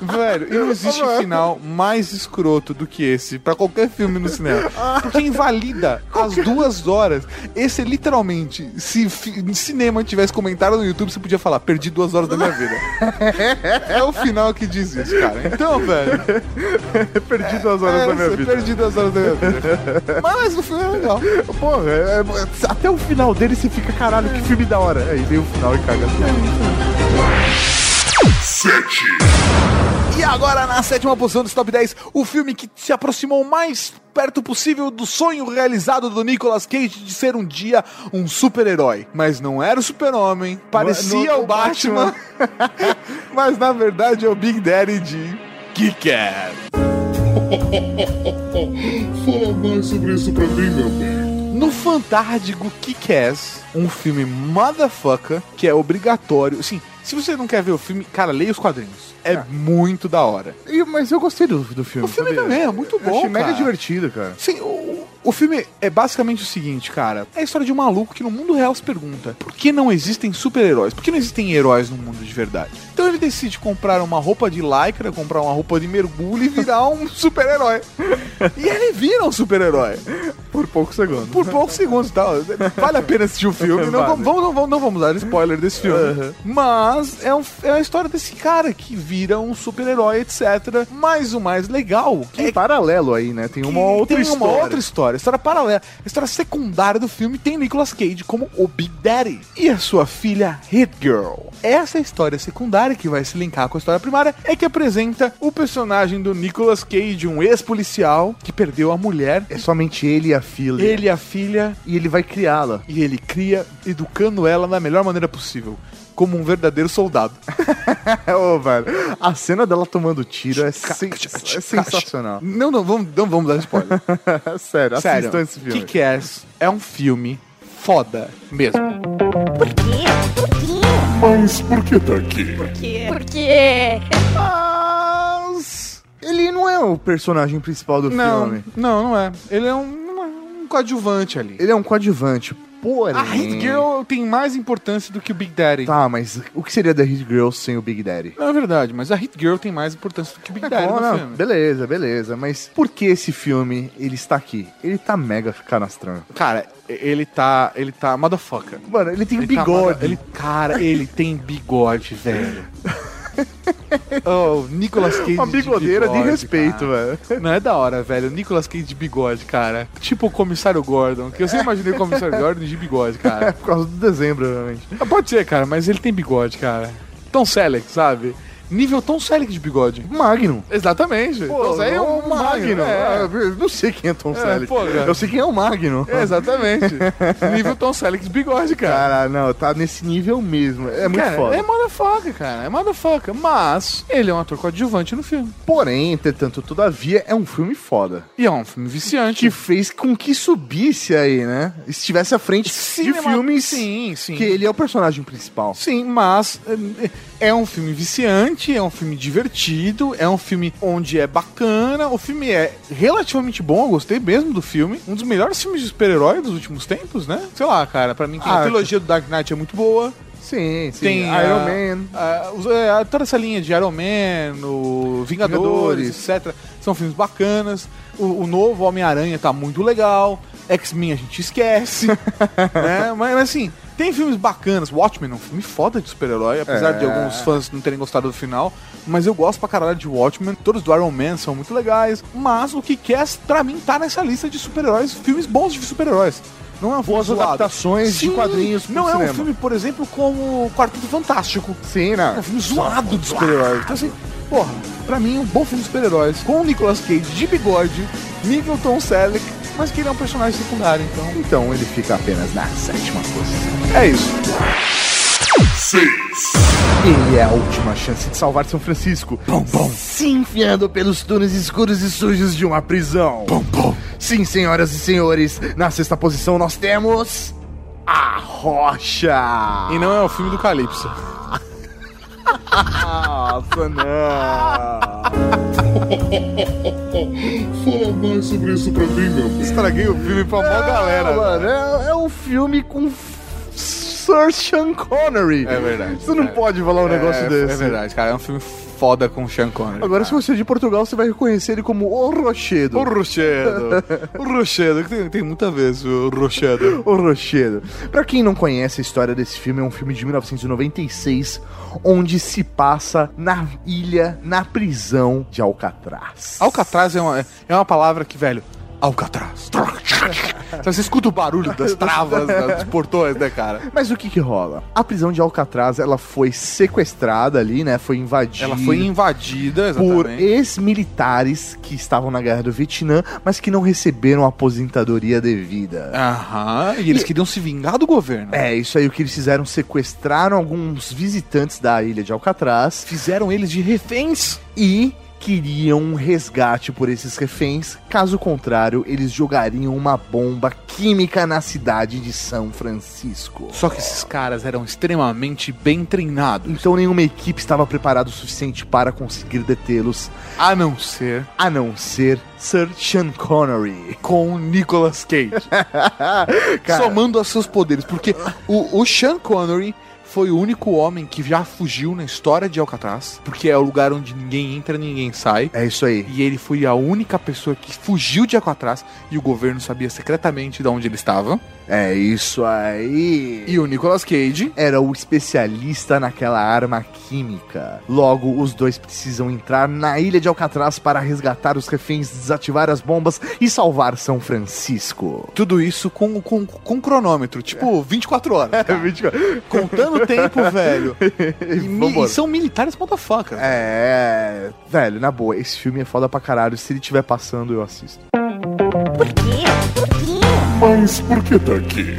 A: Velho, e não existe
B: é?
A: final mais escroto do que esse pra qualquer filme no cinema. Porque invalida as duas horas. Esse é literalmente, se fi- cinema tivesse comentário no YouTube, você podia falar, perdi duas horas da minha vida. É o final que diz isso, cara. Então, velho.
B: Perdi duas horas
A: é,
B: da minha
A: você
B: vida.
A: Perdi duas horas da minha vida. Mas o filme é legal.
B: Porra, é- é- até o final dele você fica, caralho, que filme da hora. Aí vem o final e caga tudo.
A: E agora, na sétima posição dos top 10, o filme que se aproximou o mais perto possível do sonho realizado do Nicolas Cage de ser um dia um super-herói. Mas não era o super-homem, parecia
B: não-
A: o Batman, mas na verdade é o Big Daddy de Kick-Ass.
C: Fala mais sobre isso pra mim, meu bem.
A: No Fantástico Kick-Ass, um filme motherfucker que é obrigatório. Assim, se você não quer ver o filme, cara, leia os quadrinhos. É, muito da hora.
B: E- Mas eu gostei do, do filme.
A: O filme
B: sabia?
A: também é muito
B: Eu
A: bom,
B: achei mega
A: cara.
B: divertido, cara.
A: Sim, o, o filme é basicamente o seguinte, cara. É a história de um maluco que no mundo real se pergunta por que não existem super-heróis? Por que não existem heróis no mundo de verdade? Então ele decide comprar uma roupa de lycra, comprar uma roupa de mergulho e virar um super-herói. E ele vira um super-herói.
B: Por poucos segundos.
A: Por poucos segundos e tal. Vale a pena assistir o filme. Não,
B: Vale.
A: vamos, não, vamos, não vamos dar spoiler desse filme.
B: Uhum.
A: Mas é, um, é a história desse cara que vira um super-herói, etc. Mas o mais legal
B: Em paralelo aí, né? Tem uma outra
A: tem
B: história.
A: uma outra história. história paralela, a história secundária do filme tem Nicolas Cage como o Big Daddy e a sua filha Hit Girl. Essa é história secundária, que vai se linkar com a história primária, é que apresenta o personagem do Nicolas Cage, um ex-policial que perdeu a mulher,
B: É somente ele e a filha.
A: ele e a filha,
B: E ele vai criá-la.
A: e ele cria, educando ela da melhor maneira possível, como um verdadeiro soldado.
B: É, Ô, velho. A cena dela tomando tiro é, sen- é sensacional. É
A: Não, não, vamos, não vamos dar spoiler.
B: Sério,
A: Sério,
B: assistam esse filme.
A: Que que é? É um filme foda mesmo.
C: Mas
A: é?
C: por que tá aqui?
E: Porque
B: Mas ele não é o personagem principal do
A: Não,
B: filme.
A: não, não é. Ele é um, um- um coadjuvante ali.
B: Ele é um coadjuvante. Porém.
A: A Hit Girl tem mais importância do que o Big Daddy.
B: Tá, mas o que seria da Hit Girl sem o Big Daddy?
A: Não é verdade, mas a Hit Girl tem mais importância do que o Big Daddy
B: Bom,
A: É, no
B: não,
A: filme.
B: beleza, beleza. Mas por que esse filme ele está aqui? Ele tá mega canastrão.
A: Cara, ele tá. Ele tá. Motherfucker.
B: Mano, ele tem um
A: Ele tá
B: bigode.
A: mother- ele, cara, ele tem bigode, velho. Oh, Nicolas Cage.
B: Uma
A: de
B: bigodeira de,
A: bigode,
B: respeito,
A: cara.
B: velho.
A: Não é da hora, velho. Nicolas Cage de bigode, cara. Tipo o comissário Gordon, que eu sempre imaginei o comissário Gordon de bigode,
B: É
A: cara.
B: por causa do dezembro, realmente.
A: Ah, Pode ser, cara, mas ele tem bigode, cara. Tom Selleck, sabe? Nível Tom Selleck de bigode.
B: Magnum.
A: Exatamente.
B: Então,
A: Tom Selleck é um Magno. É.
B: Ah, eu Não sei quem é Tom Selleck.
A: porra.
B: eu sei quem é o Magnum.
A: É, exatamente. Nível Tom Selleck de bigode, cara.
B: Cara, não, tá nesse nível mesmo. É muito
A: Cara,
B: foda.
A: É motherfucker, cara. É motherfucker. Mas ele é um ator coadjuvante no filme.
B: Porém, entretanto, todavia, é um filme foda.
A: E é um filme viciante.
B: Que fez com que subisse aí, né? Estivesse à frente de
A: Cinema-
B: filmes
A: Sim, sim.
B: que ele é o personagem principal.
A: Sim, mas é é um filme viciante, é um filme divertido, é um filme onde é bacana. O filme é relativamente bom, eu gostei mesmo do filme. Um dos melhores filmes de super-herói dos últimos tempos, né? Sei lá, cara, pra mim tem a
B: Ah,
A: trilogia do Dark Knight é muito boa.
B: Sim, sim.
A: Tem
B: Iron
A: ah,
B: Man.
A: ah, os- é, toda essa linha de Iron Man, o Vingadores,
B: Vingadores.
A: etc. São filmes bacanas. O, o novo Homem-Aranha tá muito legal. X-Men a gente esquece. né? mas, mas, assim, tem filmes bacanas. Watchmen é um filme foda de super-herói, apesar
B: É.
A: de alguns fãs não terem gostado do final. Mas eu gosto pra caralho de Watchmen. Todos do Iron Man são muito legais. Mas o que quer, pra mim, tá nessa lista de super-heróis, filmes bons de super-heróis. Não é um filme
B: Boas
A: zoado.
B: adaptações de
A: Sim,
B: quadrinhos pro
A: Não é
B: cinema.
A: um filme, por exemplo, como Quarteto Fantástico.
B: Sim,
A: É
B: né?
A: um filme zoado de super-heróis. Então, assim, porra, pra mim, um bom filme de super-heróis com o Nicolas Cage de bigode, nível Tom Selleck, mas que ele é um personagem secundário, então.
B: Então ele fica apenas na sétima posição.
A: É isso.
B: Ele é a última chance de salvar São Francisco. Pom, pom. Se enfiando pelos túneis escuros e sujos de uma prisão. Pom, pom. Sim, senhoras e senhores, na sexta posição nós temos. A Rocha!
A: E não é o filme do Calypso.
B: Nossa, não!
C: Fala mais sobre isso pra mim, meu bem.
A: Estraguei o filme pra mó galera. né?
B: Mano, é, é um filme com f- Sir Sean Connery.
A: É verdade.
B: Você não
A: É.
B: pode falar um negócio
A: é,
B: desse.
A: É verdade, cara. É um filme foda com o Sean Connery.
B: Agora, se você é de Portugal, você vai reconhecer ele como O Rochedo.
A: O Rochedo. o Rochedo, que tem, tem muita vez o Rochedo.
B: O Rochedo. Pra quem não conhece a história desse filme, é um filme de 1996, onde se passa na ilha, na prisão de Alcatraz.
A: Alcatraz é uma, é uma palavra que, velho. Alcatraz. Então Você escuta o barulho das travas, da- dos portões, né, cara?
B: Mas o que que rola? A prisão de Alcatraz, ela foi sequestrada ali, né? Foi invadida.
A: Ela foi invadida,
B: por
A: exatamente.
B: ex-militares que estavam na guerra do Vietnã, mas que não receberam a aposentadoria
A: Ah.
B: devida.
A: Aham, e eles queriam se vingar do governo.
B: É, isso aí o que eles fizeram, sequestraram alguns visitantes da ilha de Alcatraz
A: Fizeram eles de reféns.
B: e queriam um resgate por esses reféns, caso contrário, eles jogariam uma bomba química na cidade de São Francisco.
A: Só que esses caras eram extremamente bem treinados.
B: Então nenhuma equipe estava preparada o suficiente para conseguir detê-los,
A: A não ser
B: a não ser Sir Sean Connery.
A: com o Nicolas Cage.
B: Cara,
A: Somando aos seus poderes. Porque o, o Sean Connery foi o único homem que já fugiu na história de Alcatraz, porque é o lugar onde ninguém entra, ninguém sai.
B: É isso aí.
A: E ele foi a única pessoa que fugiu de Alcatraz e o governo sabia secretamente de onde ele estava.
B: É isso aí.
A: E o Nicolas Cage,
B: era o especialista naquela arma química. Logo, os dois precisam entrar na ilha de Alcatraz para resgatar os reféns, desativar as bombas e salvar São Francisco.
A: tudo isso com, com, com cronômetro, tipo 24 horas. cara. Contando o tempo, velho. E, mi-
B: Vambora.
A: e são militares motherfucker.
B: É, velho, na boa, esse filme é foda pra caralho. Se ele tiver passando, eu assisto.
C: Mas por que tá aqui?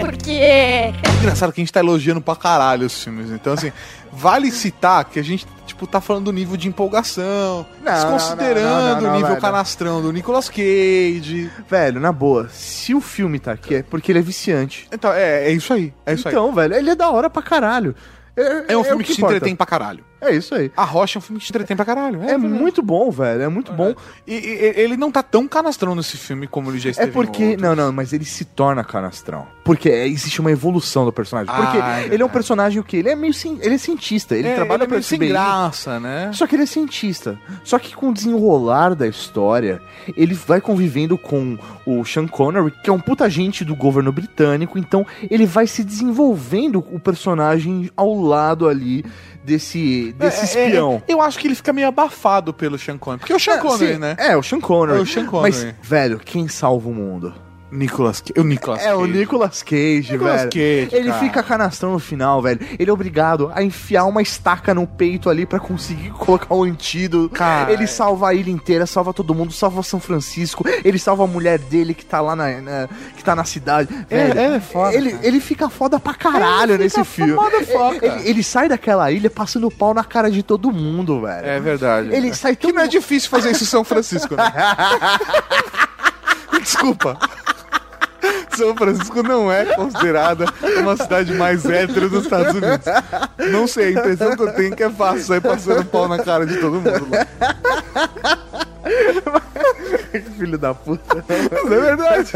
E: Porque
A: Engraçado que a gente tá elogiando pra caralho os filmes. Então, assim, vale citar que a gente, tipo, tá falando do nível de empolgação,
B: Não, não, não, não,
A: desconsiderando
B: não,
A: o nível
B: velho.
A: canastrão do Nicolas Cage.
B: Velho, na boa, se o filme tá aqui é porque ele é viciante.
A: Então, é, é isso aí. É isso
B: então, velho, ele é da hora pra caralho.
A: aí. É um filme
B: o
A: que, te
B: importa.
A: entretém pra caralho.
B: É isso aí.
A: A Rocha é um filme que te entretém pra caralho.
B: É muito bom, velho, é muito bom.
A: E, e- e- ele não tá tão canastrão nesse filme como ele já
B: É
A: esteve em
B: porque.
A: um outro.
B: Não, não, mas ele se torna canastrão. Porque é, existe uma evolução do personagem.
A: Ah,
B: Porque
A: é
B: ele é um
A: verdade.
B: personagem o quê? Ele é meio. cien- Ele é cientista. Ele
A: É, ele
B: trabalha
A: é meio
B: pra
A: sem
B: FBI.
A: graça, né?
B: Só que ele é cientista. Só que com o desenrolar da história, ele vai convivendo com o Sean Connery, que é um puta agente do governo britânico. Então, ele vai se desenvolvendo o personagem ao lado ali desse, desse
A: É, é,
B: espião.
A: é, eu acho que ele fica meio abafado pelo Sean Connery. Porque é o Sean Connery,
B: Sim,
A: né?
B: É, o Sean
A: É
B: Connery.
A: o Sean Connery.
B: Mas, velho, quem salva o mundo?
A: Nicolas Cage. O Nicolas
B: É o
A: Cage.
B: Nicolas Cage,
A: Nicolas
B: velho.
A: Cage,
B: ele
A: cara.
B: fica canastrão no final, velho. Ele é obrigado a enfiar uma estaca no peito ali pra conseguir colocar o antídoto.
A: Cara.
B: Ele salva a ilha inteira, salva todo mundo, salva São Francisco. Ele salva a mulher dele que tá lá na, na- que tá na cidade.
A: É,
B: Velho,
A: ele é foda,
B: Ele,
A: cara.
B: ele fica foda pra caralho
A: Ele fica
B: nesse filme.
A: motherfucker.
B: Ele, ele sai daquela ilha passando pau na cara de todo mundo, velho.
A: É verdade.
B: Ele sai
A: Que
B: todo
A: não é difícil fazer isso em São Francisco, né? Desculpa. São Francisco não é considerada uma cidade mais hétero dos Estados Unidos. Não sei, a impressão que eu tenho é que é fácil sair passando pau na cara de todo mundo lá.
B: é filho da puta.
A: Mas é verdade.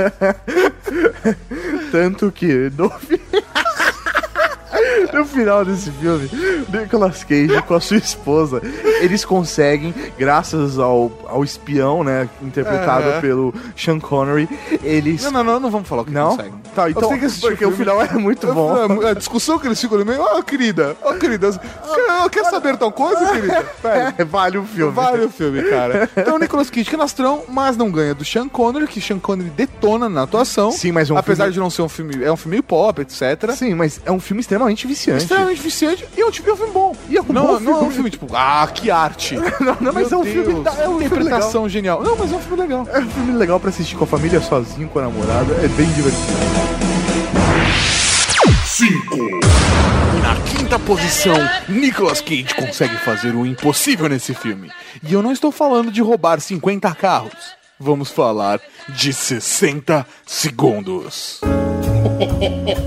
B: Tanto que no, fi- no final desse filme, Nicolas Cage com a sua esposa, eles conseguem, graças ao, ao espião, né, interpretado
A: Aham.
B: pelo Sean Connery, eles...
A: Não, não, não, não vamos falar o que
B: Não?
A: consegue.
B: Tá, então,
A: tenho que tipo assistir
B: porque
A: o
B: o final é muito bom.
A: "Ah,
B: Ah,
A: A discussão que eles ficam no meio, ó, querida, ó, querida, quer, quer saber tal coisa, querida? Velho,
B: É, vale o filme.
A: Vale o filme, cara. Então, o Nicolas Cage canastrão, mas não ganha do Sean Connery, que Sean Connery detona na atuação.
B: Sim, mas é um
A: Apesar
B: filme-
A: de não ser um filme... É um filme pop, etc.
B: Sim, mas é um filme extremamente viciante.
A: Extremamente eficiente e é um tipo de filme bom. E é um não,
B: bom
A: não é um
B: filme.
A: filme tipo, ah, que arte.
B: Não, não, mas
A: Meu
B: é um filme...
A: Deus,
B: da- É um filme legal.
A: interpretação genial. Não, mas é um filme legal.
B: É um filme legal pra assistir com a família, sozinho, com a namorada. É bem divertido.
C: 5,
A: Na quinta posição, Nicolas Cage consegue fazer o impossível nesse filme. E eu não estou falando de roubar 50 carros. Vamos falar de 60 segundos.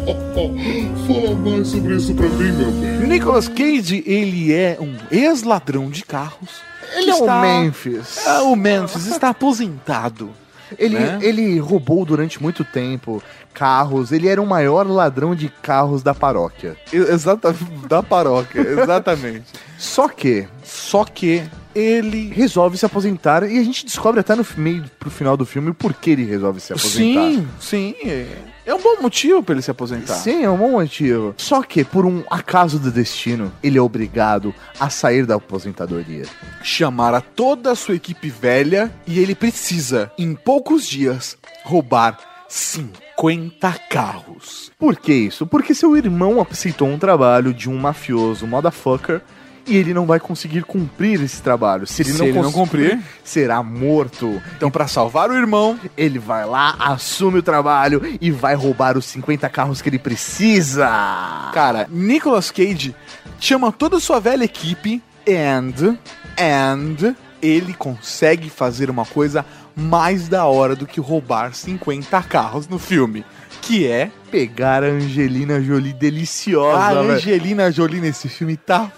C: fala mais sobre isso pra mim, meu bem.
A: Nicolas Cage, ele é um ex-ladrão de carros.
B: Ele é o Memphis.
A: Ah, o um Memphis está aposentado.
B: Ele,
A: né?
B: ele roubou durante muito tempo carros, ele era o maior ladrão de carros da paróquia.
A: Exata, da paróquia, exatamente.
B: Só que
A: Só que ele
B: resolve se aposentar e a gente descobre até no fi- meio pro final do filme o porquê ele resolve se aposentar.
A: Sim, sim. é- É um bom motivo pra ele se aposentar.
B: Sim, é um bom motivo. Só que, por um acaso do destino, ele é obrigado a sair da aposentadoria.
A: Chamar a toda a sua equipe velha e ele precisa, em poucos dias, roubar 50 carros.
B: Por que isso? Porque seu irmão aceitou um trabalho de um mafioso motherfucker e ele não vai conseguir cumprir esse trabalho. Se ele,
A: Se
B: não,
A: ele não
B: cons-
A: cumprir-
B: será morto. Então,
A: Então, pra salvar o irmão,
B: Ele vai lá, assume o trabalho e vai roubar os 50 carros que ele precisa.
A: cara, Nicolas Cage chama toda a sua velha equipe and and ele consegue fazer uma coisa mais da hora do que roubar 50 carros no filme, que é
B: Pegar a Angelina Jolie deliciosa,
A: a
B: velho.
A: Angelina Jolie nesse filme tá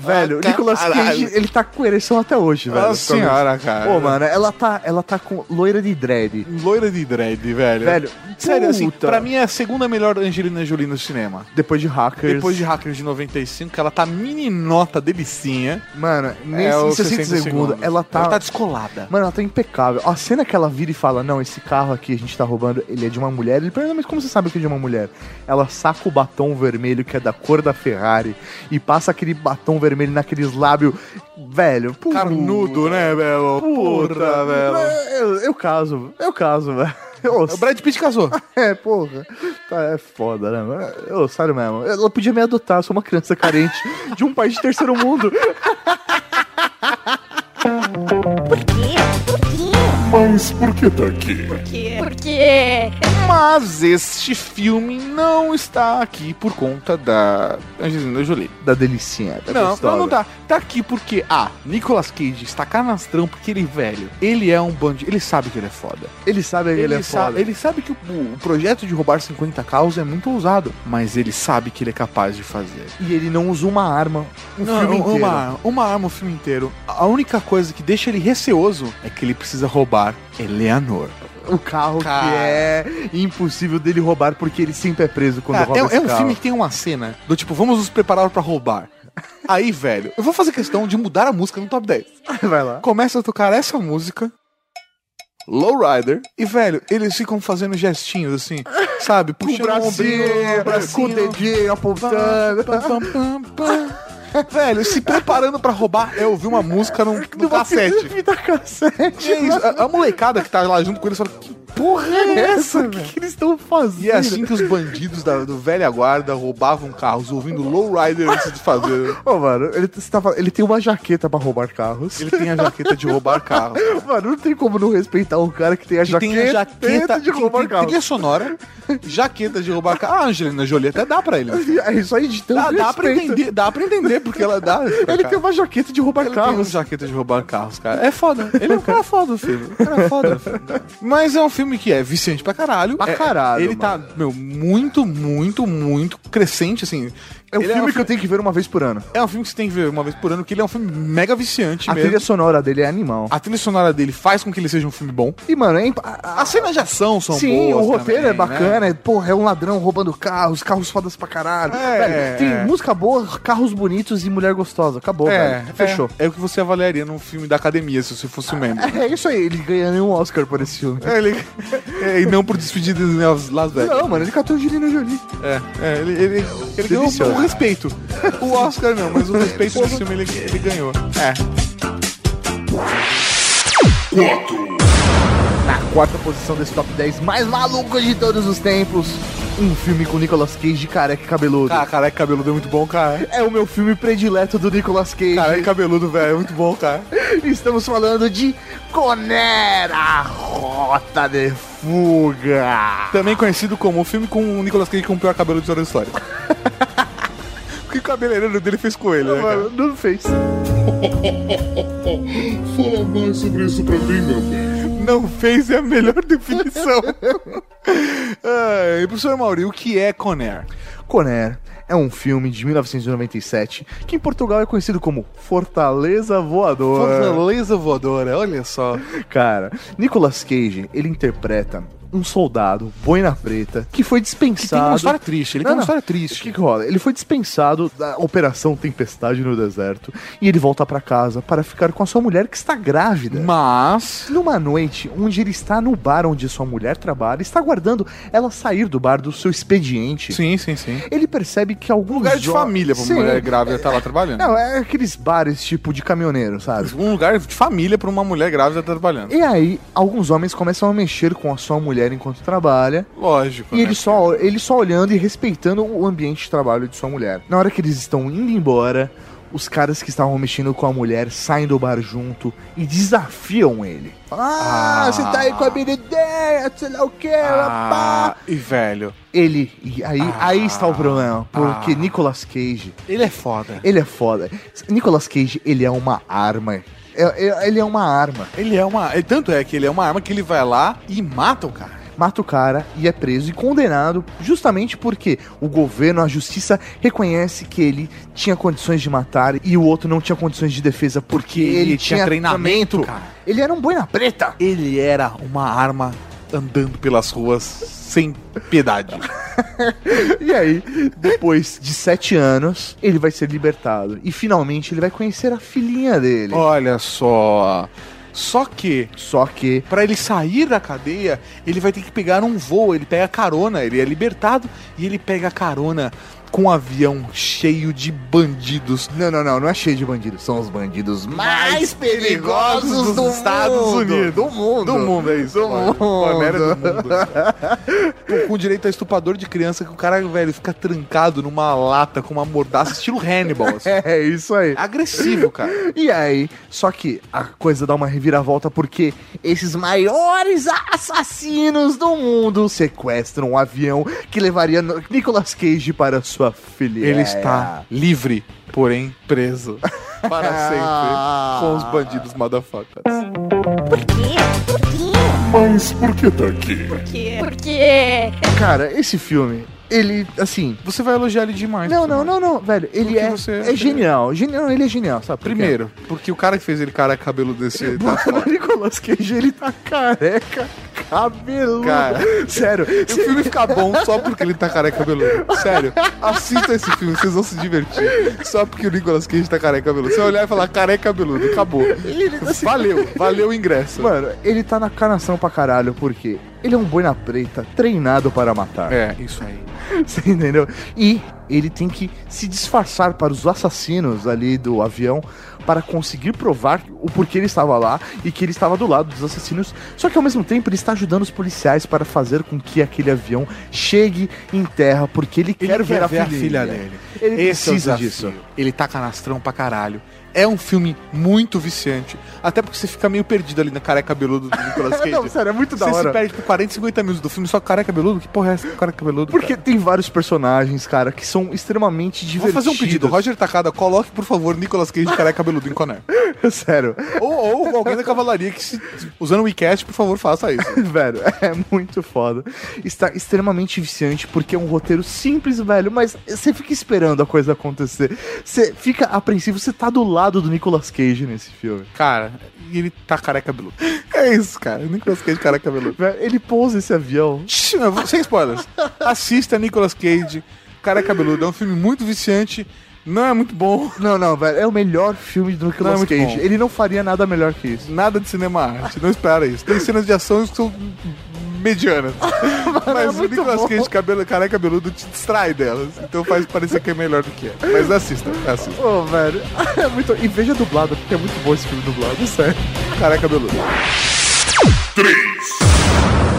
B: Velho, Nicolas Cage, ele tá com ereção até hoje, velho.
A: Nossa senhora, cara.
B: Pô, mano, ela tá, ela tá com loira de dread.
A: Loira de dread, velho.
B: Velho,
A: sério, assim,
B: puta.
A: pra mim é a segunda melhor Angelina Jolie no cinema.
B: Depois de Hackers.
A: Depois de Hackers de 95, que ela tá meninota, delicinha.
B: Mano, nesse
A: É,
B: em
A: os
B: 60 segundos, ela tá...
A: Ela tá descolada.
B: Mano, ela tá impecável. A cena que ela vira e fala, não, esse carro aqui a gente tá roubando, ele é de uma mulher. Ele pergunta, mas como você sabe que é de uma mulher? Ela saca o batom vermelho, que é da cor da Ferrari, e passa aquele batom vermelho naqueles lábios, velho. pu-
A: Carnudo, né, velho?
B: Puta, velho. Eu, eu caso, eu caso, velho. Ô,
A: O Brad Pitt casou.
B: É, porra. Tá, é foda, né? mano? Ô, sério mesmo. Ela podia me adotar, eu sou uma criança carente de um país de terceiro mundo.
C: Mas por que tá aqui?
E: Porque
A: Mas este filme não está aqui por conta da Angelina Jolie.
B: Da delicinha, da
A: Não,
B: gostosa.
A: não, não tá. Tá aqui porque, ah, Nicolas Cage está canastrão porque ele, velho, ele é um bandido. Ele sabe que ele é foda.
B: Ele sabe que ele, é
A: sa-
B: foda.
A: ele sabe que o, o projeto de roubar 50 carros é muito ousado, mas ele sabe que ele é capaz de fazer. Um
B: E ele não usa uma arma o
A: Não,
B: filme
A: uma
B: inteiro.
A: arma, uma arma o filme inteiro. A única coisa que deixa ele receoso é que ele precisa roubar é Eleanor.
B: O carro
A: Cara.
B: que é impossível dele roubar porque ele sempre é preso quando
A: Cara,
B: rouba esse
A: é, é um
B: carro.
A: filme que tem uma cena do tipo, vamos nos preparar pra roubar. Aí, velho, eu vou fazer questão de mudar a música no top 10.
B: Vai lá.
A: Começa a tocar essa música. Lowrider. E, velho, eles ficam fazendo gestinhos assim, sabe?
B: Com o
A: Puxando
B: bracinho,
A: ombrinho,
B: com o dedinho apontando.
A: Pam, pam, pam, pam, pam. Velho, se preparando pra roubar, eu ouvi uma música num, num cassete.
B: Fita cassete.
A: Que é isso? A, a molecada que tá lá junto com eles fala, que porra é essa,
B: O
A: velho?
B: que, que eles estão fazendo?
A: E é assim que os bandidos da, do velha guarda roubavam carros, ouvindo Lowrider antes de fazer.
B: Ô, mano, ele, você tá falando- ele tem uma jaqueta pra roubar carros.
A: Ele tem a jaqueta de roubar carro.
B: Mano, não tem como não respeitar um cara que tem a,
A: Que
B: jaqueta, de roubar
A: que tem trilha
B: carros.
A: sonora, jaqueta de roubar carro. Ah, Angelina Jolie até dá pra ele.
B: É isso aí de tanto
A: Dá, dá pra
B: respeito.
A: entender, dá pra entender porque ela dá. pra
B: Ele
A: cara.
B: tem uma jaqueta de roubar
A: Ele tem uma
B: carros.
A: jaqueta de roubar carros, cara. É foda. Ele é um cara foda do filme. Um cara foda do filme. Mas é um filme que é viciante pra caralho.
B: Pra
A: É-
B: caralho,
A: Ele tá, meu, muito, muito, muito crescente, assim.
B: É um
A: Ele
B: filme
A: um
B: que eu tenho que ver uma vez por ano.
A: É um filme que você tem que ver uma vez por ano, que ele é um filme mega viciante
B: A
A: mesmo.
B: trilha sonora dele é animal.
A: A trilha sonora dele faz com que ele seja um filme bom.
B: E, mano, é imp- a- a-
A: As cenas de ação são
B: Sim,
A: boas.
B: o roteiro
A: também, né?
B: é bacana. É, porra, é um ladrão roubando carros, carros fodas pra caralho.
A: É,
B: Velho, tem
A: é.
B: música boa, carros bonitos e mulher gostosa. Acabou,
A: Né? É,
B: velho. Fechou.
A: É, é o que você avaliaria num filme da academia se você fosse um membro.
B: É. isso aí, ele ganha nenhum Oscar por esse filme.
A: É, ele- é, e não por despedida em Las Las Vegas.
B: Não, mano, ele catou Angelina Jolie.
A: É, é, ele, ele, ele ganhou
B: Delicioso.
A: o respeito. O Oscar não, mas o respeito do filme ele, ele ganhou. É.
B: Na quarta posição desse top 10 mais maluco de todos os tempos, um filme com Nicolas Cage careca e cabeludo.
A: Ah, careca cabeludo é muito bom, cara.
B: É o meu filme predileto do Nicolas Cage.
A: Careca cabeludo, velho, é muito bom, cara.
B: Estamos falando de Conner, a Rota de Fuga.
A: Também conhecido como o filme com o Nicolas Cage com o pior cabelo de toda a história. O que o cabeleireiro dele fez com ele, né, cara?
B: Mano, não fez.
C: Fala mais sobre isso pra mim, meu bem.
A: Não fez é a melhor definição. Ai, professor Mauri, o que é Conair?
B: Conner é um filme de 1997 que em Portugal é conhecido como Fortaleza Voador.
A: Fortaleza voadora, olha só.
B: Cara, Nicolas Cage, ele interpreta um soldado, boina preta, que foi dispensado.
A: tem uma história triste, ele tem uma história triste.
B: O que, que rola? Ele foi dispensado da Operação Tempestade no Deserto e ele volta pra casa para ficar com a sua mulher que está grávida.
A: Mas.
B: Numa noite onde ele está no bar onde sua mulher trabalha, está aguardando ela sair do bar do seu expediente.
A: Sim, sim, sim.
B: Ele percebe que alguns
A: Lugar de
B: jo-
A: família pra uma
B: Sim.
A: mulher grávida estar lá trabalhando.
B: Não, é aqueles bares tipo de caminhoneiro, sabe?
A: Um lugar de família pra uma mulher grávida estar trabalhando.
B: E aí, alguns homens começam a mexer com a sua mulher enquanto trabalha.
A: Lógico.
B: E
A: né?
B: ele só, ele só olhando e respeitando o ambiente de trabalho de sua mulher. Na hora que eles estão indo embora, os caras que estavam mexendo com a mulher saem do bar junto e desafiam ele. Ah,
A: Ah.
B: você tá aí com a minha ideia, sei lá o que,
A: Ah,
B: rapá.
A: e velho.
B: Ele, e aí, aí está o problema, porque
A: Ah.
B: Nicolas Cage,
A: Ele é foda.
B: ele é foda. Nicolas Cage, ele é uma arma. É- é- Ele é uma arma.
A: Ele é uma. ele- Tanto é que ele é uma arma que ele vai lá e mata o cara.
B: mata o cara e é preso e condenado justamente porque o governo, a justiça reconhece que ele tinha condições de matar e o outro não tinha condições de defesa porque, ele, tinha, treinamento.
A: cara.
B: Ele era um boina preta.
A: Ele era uma arma andando pelas ruas sem piedade.
B: E aí, depois de sete anos, ele vai ser libertado. E finalmente ele vai conhecer a filhinha dele.
A: Olha só. Só que
B: Só que
A: Pra ele sair da cadeia, ele vai ter que pegar um voo, ele pega carona, ele é libertado e ele pega carona com um avião cheio de bandidos.
B: Não, não, não, não é cheio de bandidos. São os bandidos mais
A: Mais
B: perigosos dos Estados Unidos. Do mundo.
A: Do mundo, é isso.
B: Do
A: olha.
B: mundo.
A: Olha, do mundo. com, com direito a estuprador de criança, que o cara, velho, fica trancado numa lata com uma mordaça, estilo Hannibal. assim.
B: É, isso aí.
A: Agressivo, cara.
B: E aí, só que a coisa dá uma reviravolta porque esses maiores assassinos do mundo sequestram um avião que levaria no- Nicolas Cage para sua filha.
A: Ele está livre, porém preso para
B: Ah.
A: sempre com os bandidos motherfuckers.
C: Mas por que tá aqui?
E: Porque
B: Cara, esse filme, ele, assim,
A: Você vai elogiar ele demais.
B: Não,
A: Tomás.
B: não, não, não, velho. Ele
A: que
B: é,
A: você-
B: é genial. Genial, ele é genial, sabe? por quê?
A: Primeiro, porque o cara que fez ele cara cabelo desse jeito.
B: O Nicolas Cage, ele tá careca, cabeludo.
A: Cara.
B: Sério.
A: O filme fica bom só porque ele tá careca cabeludo. Sério, assista esse filme, vocês vão se divertir. Só porque o Nicolas Cage tá careca cabeludo. Você vai olhar e falar careca cabeludo, acabou.
B: Ele tá assim-
A: Valeu, valeu o ingresso.
B: Mano, ele tá na canação pra caralho, porque ele é um boi na preta, treinado para matar.
A: É, isso aí.
B: Você entendeu? E ele tem que se disfarçar para os assassinos ali do avião para conseguir provar o porquê ele estava lá e que ele estava do lado dos assassinos. Só que ao mesmo tempo ele está ajudando os policiais para fazer com que aquele avião chegue em terra porque ele, quer ver, a, filha.
A: dele.
B: Ele
A: Esse é
B: precisa
A: desafio,
B: disso.
A: Ele tá canastrão pra caralho. É um filme muito viciante. Até porque você fica meio perdido ali na careca cabeludo do Nicolas Cage.
B: Não, sério, é muito da
A: Você se
B: hora.
A: perde por 40, 50 minutos do filme só careca cabeludo? Que porra é essa? Careca cabeludo? cara?
B: Porque tem vários personagens, cara, que são extremamente
A: Vou
B: divertidos.
A: fazer um pedido. Roger Takada, coloque, por favor, Nicolas Cage de careca cabeludo em Conair.
B: Sério,
A: Ou, ou alguém da cavalaria que, se, usando o WeCast, por favor, faça isso.
B: velho, é muito foda. Está extremamente viciante porque é um roteiro simples, velho, mas você fica esperando a coisa acontecer. Você fica apreensivo, você tá do lado do Nicolas Cage nesse filme.
A: Cara, e ele tá careca cabeludo. É isso, cara. Nicolas Cage careca cabeludo.
B: Velho, ele pousa esse avião.
A: Tch, eu vou- Sem spoilers. Assista Nicolas Cage, careca cabeludo. É um filme muito viciante, não é muito bom.
B: Não, não, velho, é o melhor filme do
A: Não, é
B: Nicolas
A: muito
B: Cage.
A: bom.
B: Ele não faria nada melhor que isso.
A: Nada de cinema arte, não espera isso. Tem cenas de ações que são medianas. Mas o
B: é muito
A: Nicolas
B: bom.
A: Cage cabelo, careca cabeludo te distrai delas. Então faz parecer que é melhor do que é. assim. Mas assista, assista.
B: Ô, velho, é muito. E veja dublado, porque é muito bom esse filme dublado, sério.
A: Careca cabeludo.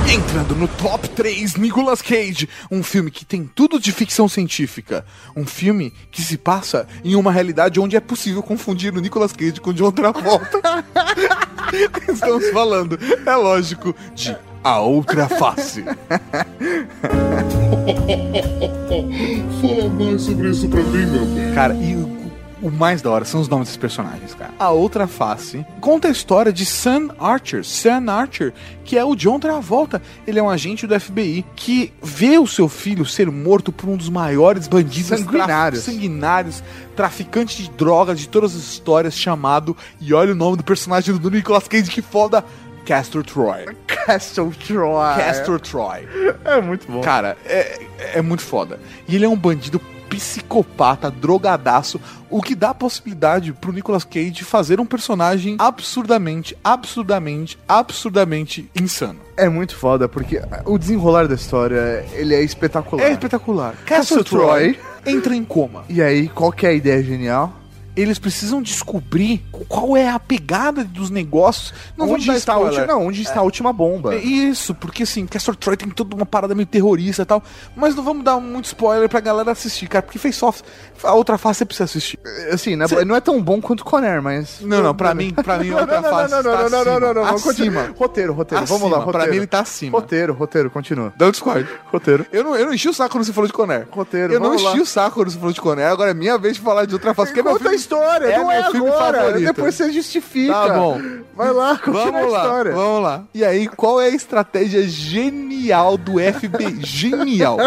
A: Entrando no top 3, Nicolas Cage, um filme que tem tudo de ficção científica. Um filme que se passa em uma realidade onde é possível confundir o Nicolas Cage com o John Travolta. Estamos falando, é lógico, de A Outra Face.
C: Fala mais sobre isso pra mim, meu bem.
A: Cara, e o, o mais da hora são os nomes dos personagens, cara. A outra face conta a história de Sam Archer. Sam Archer, que é o John Travolta. Ele é um agente do FBI que vê o seu filho ser morto por um dos maiores bandidos
B: Sanguinários.
A: traf- sanguinários, traficante de drogas de todas as histórias, chamado. E olha o nome do personagem do Nicolas Cage, que foda! Castor Troy.
B: Castle Troy.
A: Castor Troy.
B: É muito bom.
A: Cara, é, é muito foda. E ele é um bandido psicopata, drogadaço, o que dá a possibilidade pro Nicolas Cage fazer um personagem absurdamente, absurdamente, absurdamente insano.
B: É muito foda, porque o desenrolar da história, ele é espetacular.
A: É espetacular.
B: Castle
A: Castle Troy
B: Troy
A: entra em coma.
B: E aí, qual que é a ideia genial?
A: Eles precisam descobrir qual é a pegada dos negócios. Não vou
B: onde
A: dar
B: está a
A: spoiler.
B: última, não, onde está a última bomba?
A: É Isso, porque assim, Castor Troy tem toda uma parada meio terrorista e tal, mas não vamos dar muito spoiler pra galera assistir, cara, porque fez off, a outra face você precisa assistir.
B: Assim, né,
A: Cê-
B: não é tão bom quanto Conair, mas
A: Não, não, pra mim, pra mim a outra face
B: não, não,
A: tá
B: não, não,
A: acima.
B: não, não, não, vamos
A: acima.
B: continuar. Roteiro, roteiro, vamos lá,
A: Acima.
B: roteiro.
A: Pra mim ele tá acima.
B: Roteiro, roteiro, continua.
A: Dá o Discord.
B: Roteiro.
A: Eu não, eu não enchi o saco quando você falou de Conair.
B: Roteiro,
A: Eu não
B: vamos
A: enchi
B: lá.
A: o saco quando você falou de Conair, agora é minha vez de falar de outra face, que é meu
B: Conta
A: filme
B: a história,
A: É
B: não
A: meu
B: é
A: filme
B: agora.
A: favorito.
B: Depois você justifica.
A: Tá bom.
B: Vai lá, continua
A: Vamos
B: a
A: lá,
B: história.
A: vamos lá. E aí, qual é a estratégia genial do FBI? genial.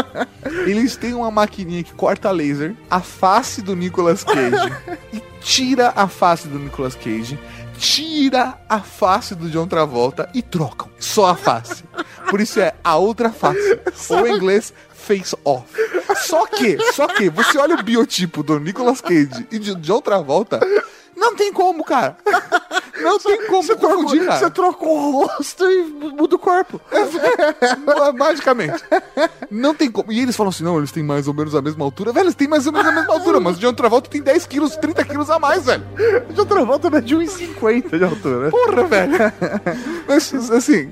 A: Eles têm uma maquininha que corta laser, a face do Nicolas Cage, e tira a face do Nicolas Cage, tira a face do John Travolta e trocam. Só a face. Por isso é a outra face. Ou em inglês, face off. Só que, só que, você olha o biotipo do Nicolas Cage e de John Travolta, não tem como, cara. Não tem como
B: Você trocou,
A: confundir, cara.
B: você trocou o rosto e muda o corpo.
A: Ma- tá é, Magicamente. Não tem como. E eles falam assim: não, eles têm mais ou menos a mesma altura. Velho, eles têm mais ou menos a mesma altura, mas o John Travolta tem 10 quilos, 30 quilos a mais, velho.
B: Já travou também de 1,50 de altura.
A: Porra, velho. Mas, assim,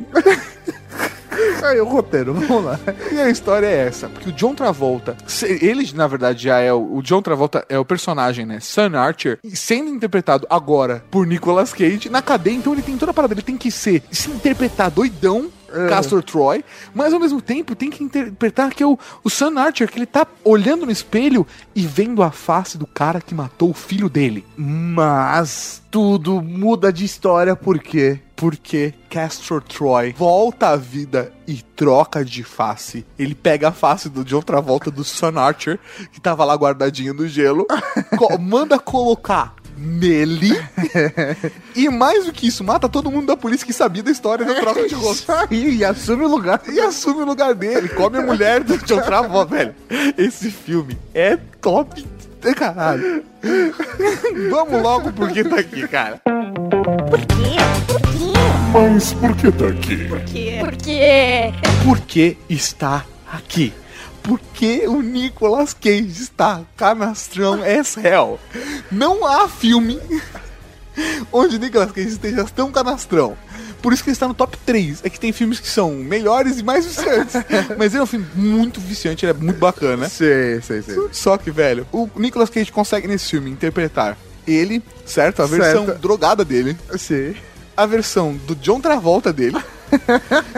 B: Aí o roteiro, vamos lá.
A: E a história é essa, porque o John Travolta, se- ele na verdade já é o, o John Travolta é o personagem, né, Sun Archer, e sendo interpretado agora por Nicolas Cage na cadeia, então ele tem toda a parada, ele tem que ser se interpretar doidão. Castor Troy, mas ao mesmo tempo tem que interpretar que é o, o Sun Archer, que ele tá olhando no espelho e vendo a face do cara que matou o filho dele.
B: Mas tudo muda de história porque
A: Porque Castor Troy volta à vida e troca de face. Ele pega a face do John Travolta do Sun Archer, que tava lá guardadinho no gelo, co- manda colocar nele. e mais do que isso, mata todo mundo da polícia que sabia da história da troca de rosto.
B: Isso aí, e assume o lugar.
A: E assume o lugar dele, come a mulher do John Travolta, velho. Esse filme é top de caralho. Vamos logo porque tá aqui, cara.
C: Mas por que tá aqui?
E: Porque
A: Por que está aqui? Por que o Nicolas Cage está canastrão as hell? Não há filme onde o Nicolas Cage esteja tão canastrão. Por isso que ele está no top 3. É que tem filmes que são melhores e mais viciantes. Mas ele é um filme muito viciante, ele é muito bacana.
B: Sei, sei, sei.
A: Só que, velho, o Nicolas Cage consegue nesse filme interpretar ele, certo? A versão
B: Certo.
A: drogada dele
B: Sei.
A: a versão do John Travolta dele,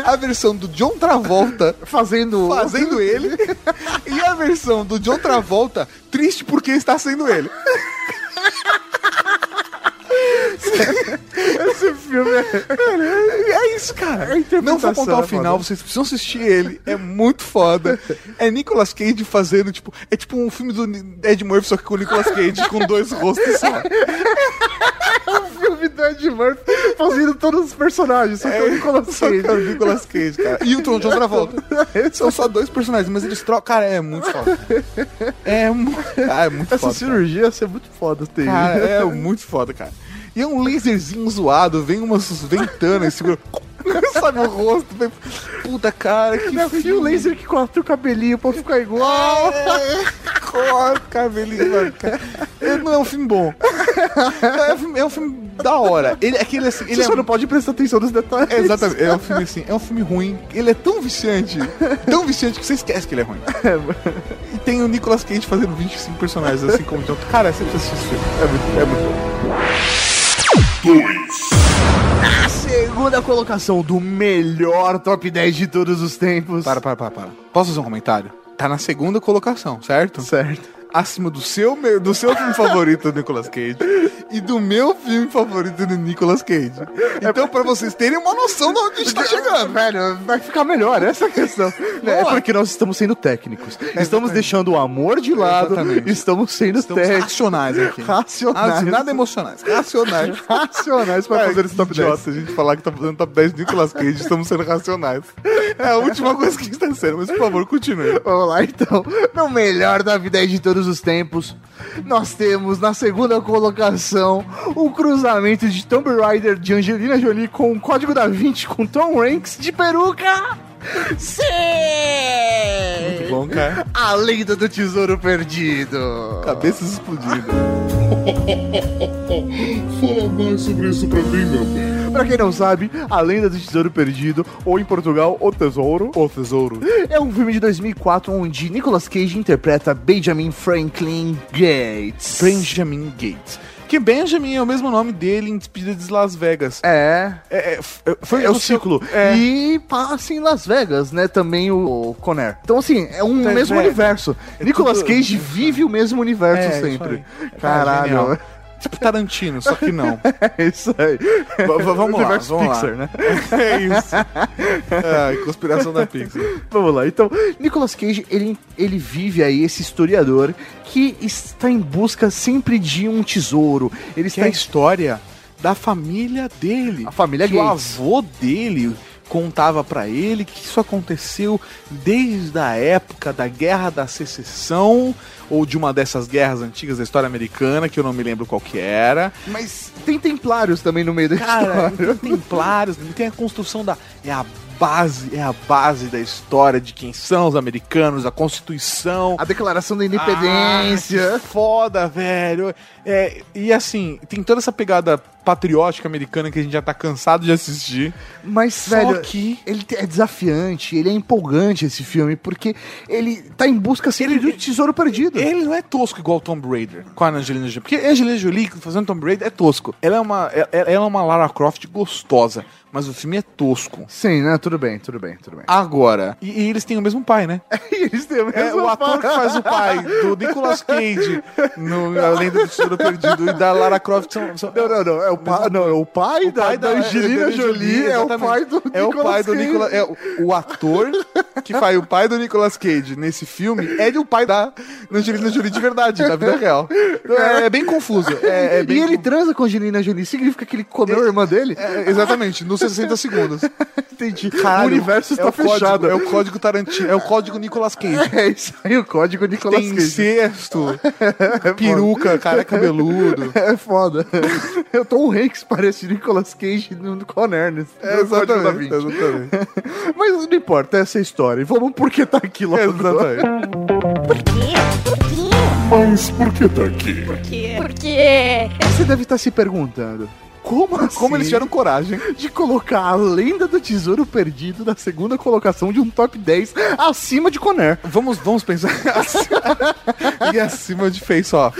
A: a versão do John Travolta
B: Fazendo.
A: fazendo ele e a versão do John Travolta triste porque está sendo ele.
B: Esse filme é.
A: É isso, cara. Não vou contar o final, vocês precisam assistir ele. É muito foda. É Nicolas Cage fazendo, tipo, é tipo um filme do Ed Murphy, só que com o Nicolas Cage com dois rostos só.
B: filme do Ed Murphy fazendo todos os personagens, só que eu não
A: Só que é o Nicolas Cage, cara. E o Tom John Travolta. São só dois personagens, mas eles trocam. Cara, é muito foda. É, mu... ah, é muito
B: Essa
A: foda. cara.
B: cirurgia ia ser muito foda ter.
A: Cara, é muito foda, cara. E é um laserzinho zoado, vem umas ventanas e segura. Sabe o rosto? vem- Puta cara, que
B: Não, e o laser que corta o cabelinho pra ficar igual.
A: Corta, cabelinho, mano. cara. É, Não é um filme bom. É um filme, é um filme da hora. Ele, é que ele, assim, ele
B: Você
A: é
B: só não pode prestar atenção nos detalhes.
A: É, Exatamente, é um filme assim, é um filme ruim. Ele é tão viciante, tão viciante que você esquece que ele é ruim. E tem o Nicolas Cage fazendo 25 personagens assim como John. Cara, você precisa assistir esse filme. É muito, é muito bom.
B: A segunda colocação do melhor top 10 de todos os tempos.
A: Para, para, para, para. Posso fazer um comentário? Tá na segunda colocação, certo?
B: Certo.
A: Acima do seu, me- do seu filme favorito do Nicolas Cage e do meu filme favorito do Nicolas Cage. Então, pra vocês terem uma noção de onde a gente tá chegando.
B: Velho, vai ficar melhor, essa é a questão. É porque nós estamos sendo técnicos. Estamos deixando o amor de lado,
A: É, Exatamente.
B: estamos sendo
A: Estamos
B: técnicos.
A: Então,
B: é
A: racionais aqui.
B: Racionais.
A: As- Nada emocionais. Racionais.
B: Racionais pra
A: Ai,
B: fazer
A: que
B: esse top 10.
A: idiota a gente falar que tá fazendo top 10 de Nicolas Cage, estamos sendo racionais. É a última coisa que está sendo, mas por favor, continue.
B: Vamos lá então. No melhor da vida de todos os tempos, nós temos na segunda colocação o cruzamento de Tomb Raider de Angelina Jolie com o Código da Vinci com Tom Hanks de peruca. Sim!
A: Bom, cara.
B: A lenda do tesouro perdido.
A: Cabeças explodidas.
C: Fala mais sobre isso pra mim, meu bem.
B: Pra quem não sabe, A Lenda do Tesouro Perdido, ou em Portugal, O Tesouro,
A: Ô, tesouro.
B: é um filme de 2004 onde Nicolas Cage interpreta Benjamin Franklin Gates.
A: Benjamin Gates. Que Benjamin é o mesmo nome dele em Despedida de Las Vegas.
B: É,
A: É, é, f- é, foi
B: é o
A: você-
B: ciclo.
A: É.
B: E passa em Las Vegas, né? Também o, o Conner. Então, assim, é um
A: Tá,
B: mesmo
A: é.
B: universo. Nicolas
A: tudo-
B: Cage vive o mesmo universo
A: É, isso
B: sempre.
A: aí. Cara,
B: Caralho.
A: genial. Tipo Tarantino, só que não.
B: É isso aí.
A: V- v- vamos lá,
B: Universo
A: vamos lá.
B: Pixar, né?
A: É isso. Ai, É, conspiração da Pixar.
B: Vamos lá. Então, Nicolas Cage, ele, ele vive aí esse historiador que está em busca sempre de um tesouro. Ele
A: Que
B: está
A: é a
B: em...
A: história da família dele.
B: A família
A: que é o
B: Gates.
A: avô dele contava pra ele que isso aconteceu desde a época da Guerra da Secessão ou de uma dessas guerras antigas da história americana, que eu não me lembro qual que era.
B: Mas tem templários também no meio da
A: Cara,
B: história.
A: tem templários, tem a construção da. É a base, é a base da história de quem são os americanos, a Constituição.
B: A declaração da
A: Ah,
B: independência.
A: que foda, velho. É, e assim, tem toda essa pegada patriótica americana que a gente já tá cansado de assistir.
B: mas,
A: Só
B: velho...
A: que
B: Ele é desafiante, ele é empolgante esse filme, porque ele tá em busca sempre de um tesouro perdido.
A: ele não é tosco igual o Tomb Raider com a Angelina Jolie. Porque a Angelina Jolie fazendo Tomb Raider é tosco. Ela é uma, ela- ela é uma Lara Croft gostosa, mas o filme é tosco.
B: Sim, né? Tudo bem, tudo bem, tudo bem.
A: Agora, e, e eles têm o mesmo pai, né?
B: eles têm o
A: É, o ator que faz o pai do Nicolas Cage no A Lenda do Tesouro Perdido e da Lara Croft são, são-
B: Não, não, não. É o, pa... não, é o pai, da,
A: pai
B: da Angelina Jolie, é o
A: exatamente.
B: pai do
A: É o pai do
B: Cage.
A: Nicolas é o, o ator que faz o pai do Nicolas Cage nesse filme é o pai da Angelina Jolie de verdade, da vida real. Então, É, é bem confuso. É, é bem
B: e ele
A: con-
B: transa com a Angelina Jolie, significa que ele comeu a irmã dele?
A: É, exatamente, nos 60 segundos.
B: Entendi.
A: Caralho,
B: o universo está
A: o código-
B: fechado.
A: é o código Tarantino, é o código Nicolas Cage.
B: É isso aí, o código Nicolas
A: Tem
B: Cage.
A: incesto, peruca, cara cabeludo.
B: É foda. Eu tô um Hanks parece Nicolas Cage no no Conner. É,
A: exatamente.
B: Mas não importa, essa é a história. E Vamos porque tá aqui logo.
A: Exatamente.
C: Mas por que tá aqui?
E: Porque
B: Você deve estar se perguntando. Como assim?
A: Como eles tiveram coragem.
B: de colocar a lenda do tesouro perdido na segunda colocação de um top 10 acima de Conner.
A: Vamos, vamos pensar e acima de face off.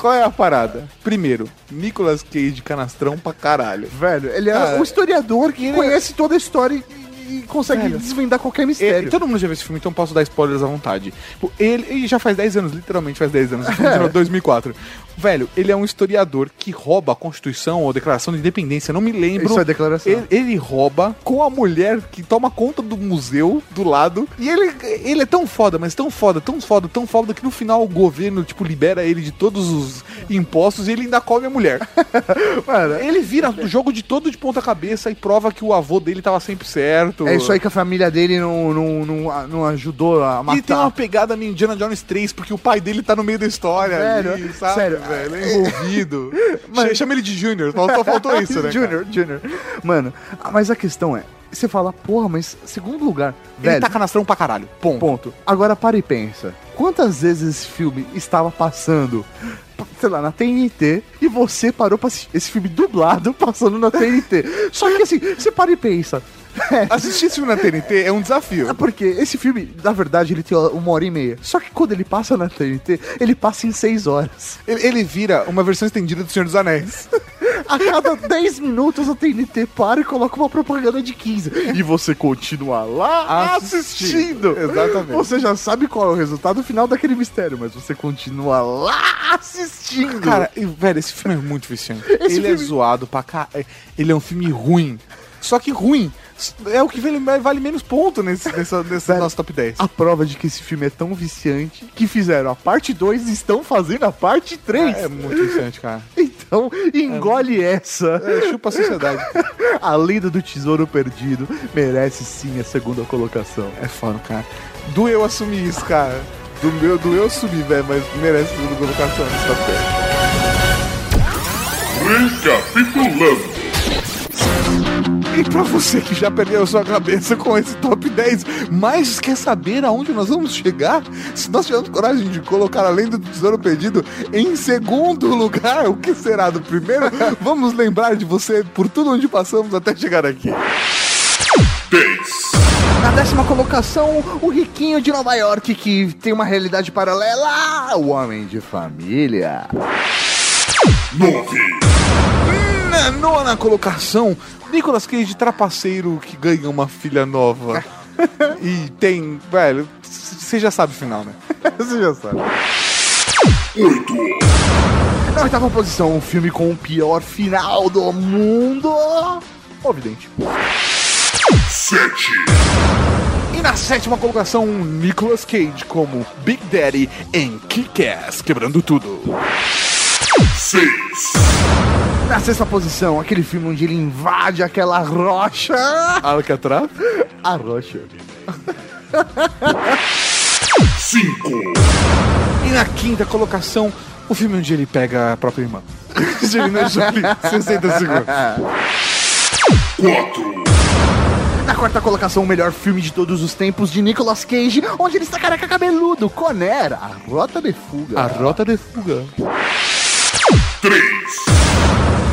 A: Qual é a parada? Primeiro, Nicolas Cage canastrão pra caralho.
B: Velho, ele é
A: Cara,
B: um historiador que
A: Ah. ele- é
B: conhece toda a história e, e consegue
A: Velho.
B: desvendar qualquer
A: É, E,
B: mistério.
A: todo mundo já viu esse filme, então posso dar spoilers à vontade. Tipo, ele, ele já faz 10 anos, literalmente faz 10 anos, em 2004. Velho, ele é um historiador que rouba a Constituição ou a Declaração de Independência, não me lembro.
B: Isso é declaração.
A: Ele, ele rouba com a mulher que toma conta do museu do lado. E ele, ele é tão foda, mas tão foda, tão foda, tão foda que no final o governo, tipo, libera ele de todos os impostos e ele ainda come a mulher.
B: Mano,
A: ele vira o jogo de todo de ponta cabeça e prova que o avô dele tava sempre certo.
B: é isso aí que a família dele não, não, não, não ajudou a matar.
A: E tem uma pegada meio Indiana Jones 3, porque o pai dele tá no meio da história.
B: Sério?
A: ali, sabe,
B: Sério.
A: velho? É envolvido. Che- Chama ele de Junior, só, só faltou isso, né? cara?
B: Junior, Junior. Mano, ah, mas a questão é, você fala, porra, mas segundo lugar,
A: Ele
B: velho,
A: tá canastrão pra caralho. Ponto.
B: ponto. Agora para e pensa, quantas vezes esse filme estava passando, sei lá, na TNT, e você parou pra assistir esse filme dublado passando na TNT. Só que assim, você para e pensa,
A: Assistir esse filme na TNT é um desafio.
B: É porque esse filme, na verdade, ele tem uma hora e meia. Só que quando ele passa na TNT, ele passa em seis horas.
A: Ele, ele vira uma versão estendida do Senhor dos Anéis.
B: A cada 10 minutos a TNT para e coloca uma propaganda de 15. E você continua lá assistindo.
A: Assistindo. Exatamente.
B: Você já sabe qual é o resultado final daquele mistério, mas você continua lá assistindo.
A: Cara, e, velho, esse filme é muito viciante. ele é
B: filme-
A: zoado pra cá. Ele é um filme ruim. Só que ruim é o que vale, vale menos ponto nesse, nessa, nesse
B: Velho,
A: nosso top 10.
B: a prova de que esse filme é tão viciante que fizeram a parte 2 e estão fazendo a parte 3.
A: É muito viciante, cara.
B: Então, engole essa.
A: É, chupa a sociedade.
B: A lenda do tesouro perdido merece sim a segunda colocação.
A: É foda, cara. Doeu assumir isso, cara. Do meu, doeu assumir, velho, mas merece tudo colocação nesse papel.
C: Recapitulando.
A: E pra você que já perdeu a sua cabeça com esse top 10, mas quer saber aonde nós vamos chegar? Se nós tivermos coragem de colocar a lenda do tesouro perdido em segundo lugar, o que será do primeiro? vamos lembrar de você por tudo onde passamos até chegar aqui.
B: Na décima colocação, o riquinho de Nova York que tem uma realidade paralela, o homem de família.
C: Nove.
A: Na nona colocação, Nicolas Cage, trapaceiro que ganha uma filha nova. e tem, velho, c- você já sabe o final, né?
B: Você já sabe.
C: Oito.
B: Na oitava posição, um filme com o pior final do mundo. O Vidente. E na sétima colocação, um Nicolas Cage como Big Daddy em Kick-Ass, quebrando tudo. Na sexta posição, aquele filme onde ele invade aquela rocha.
A: Alcatraz?
B: A rocha.
A: E na quinta colocação, o filme onde ele pega a própria irmã. Angelina Jolie, 60 segundos.
B: Na quarta colocação, o melhor filme de todos os tempos de Nicolas Cage, onde ele está careca cabeludo. Conera, a rota de fuga.
A: A Rota de Fuga.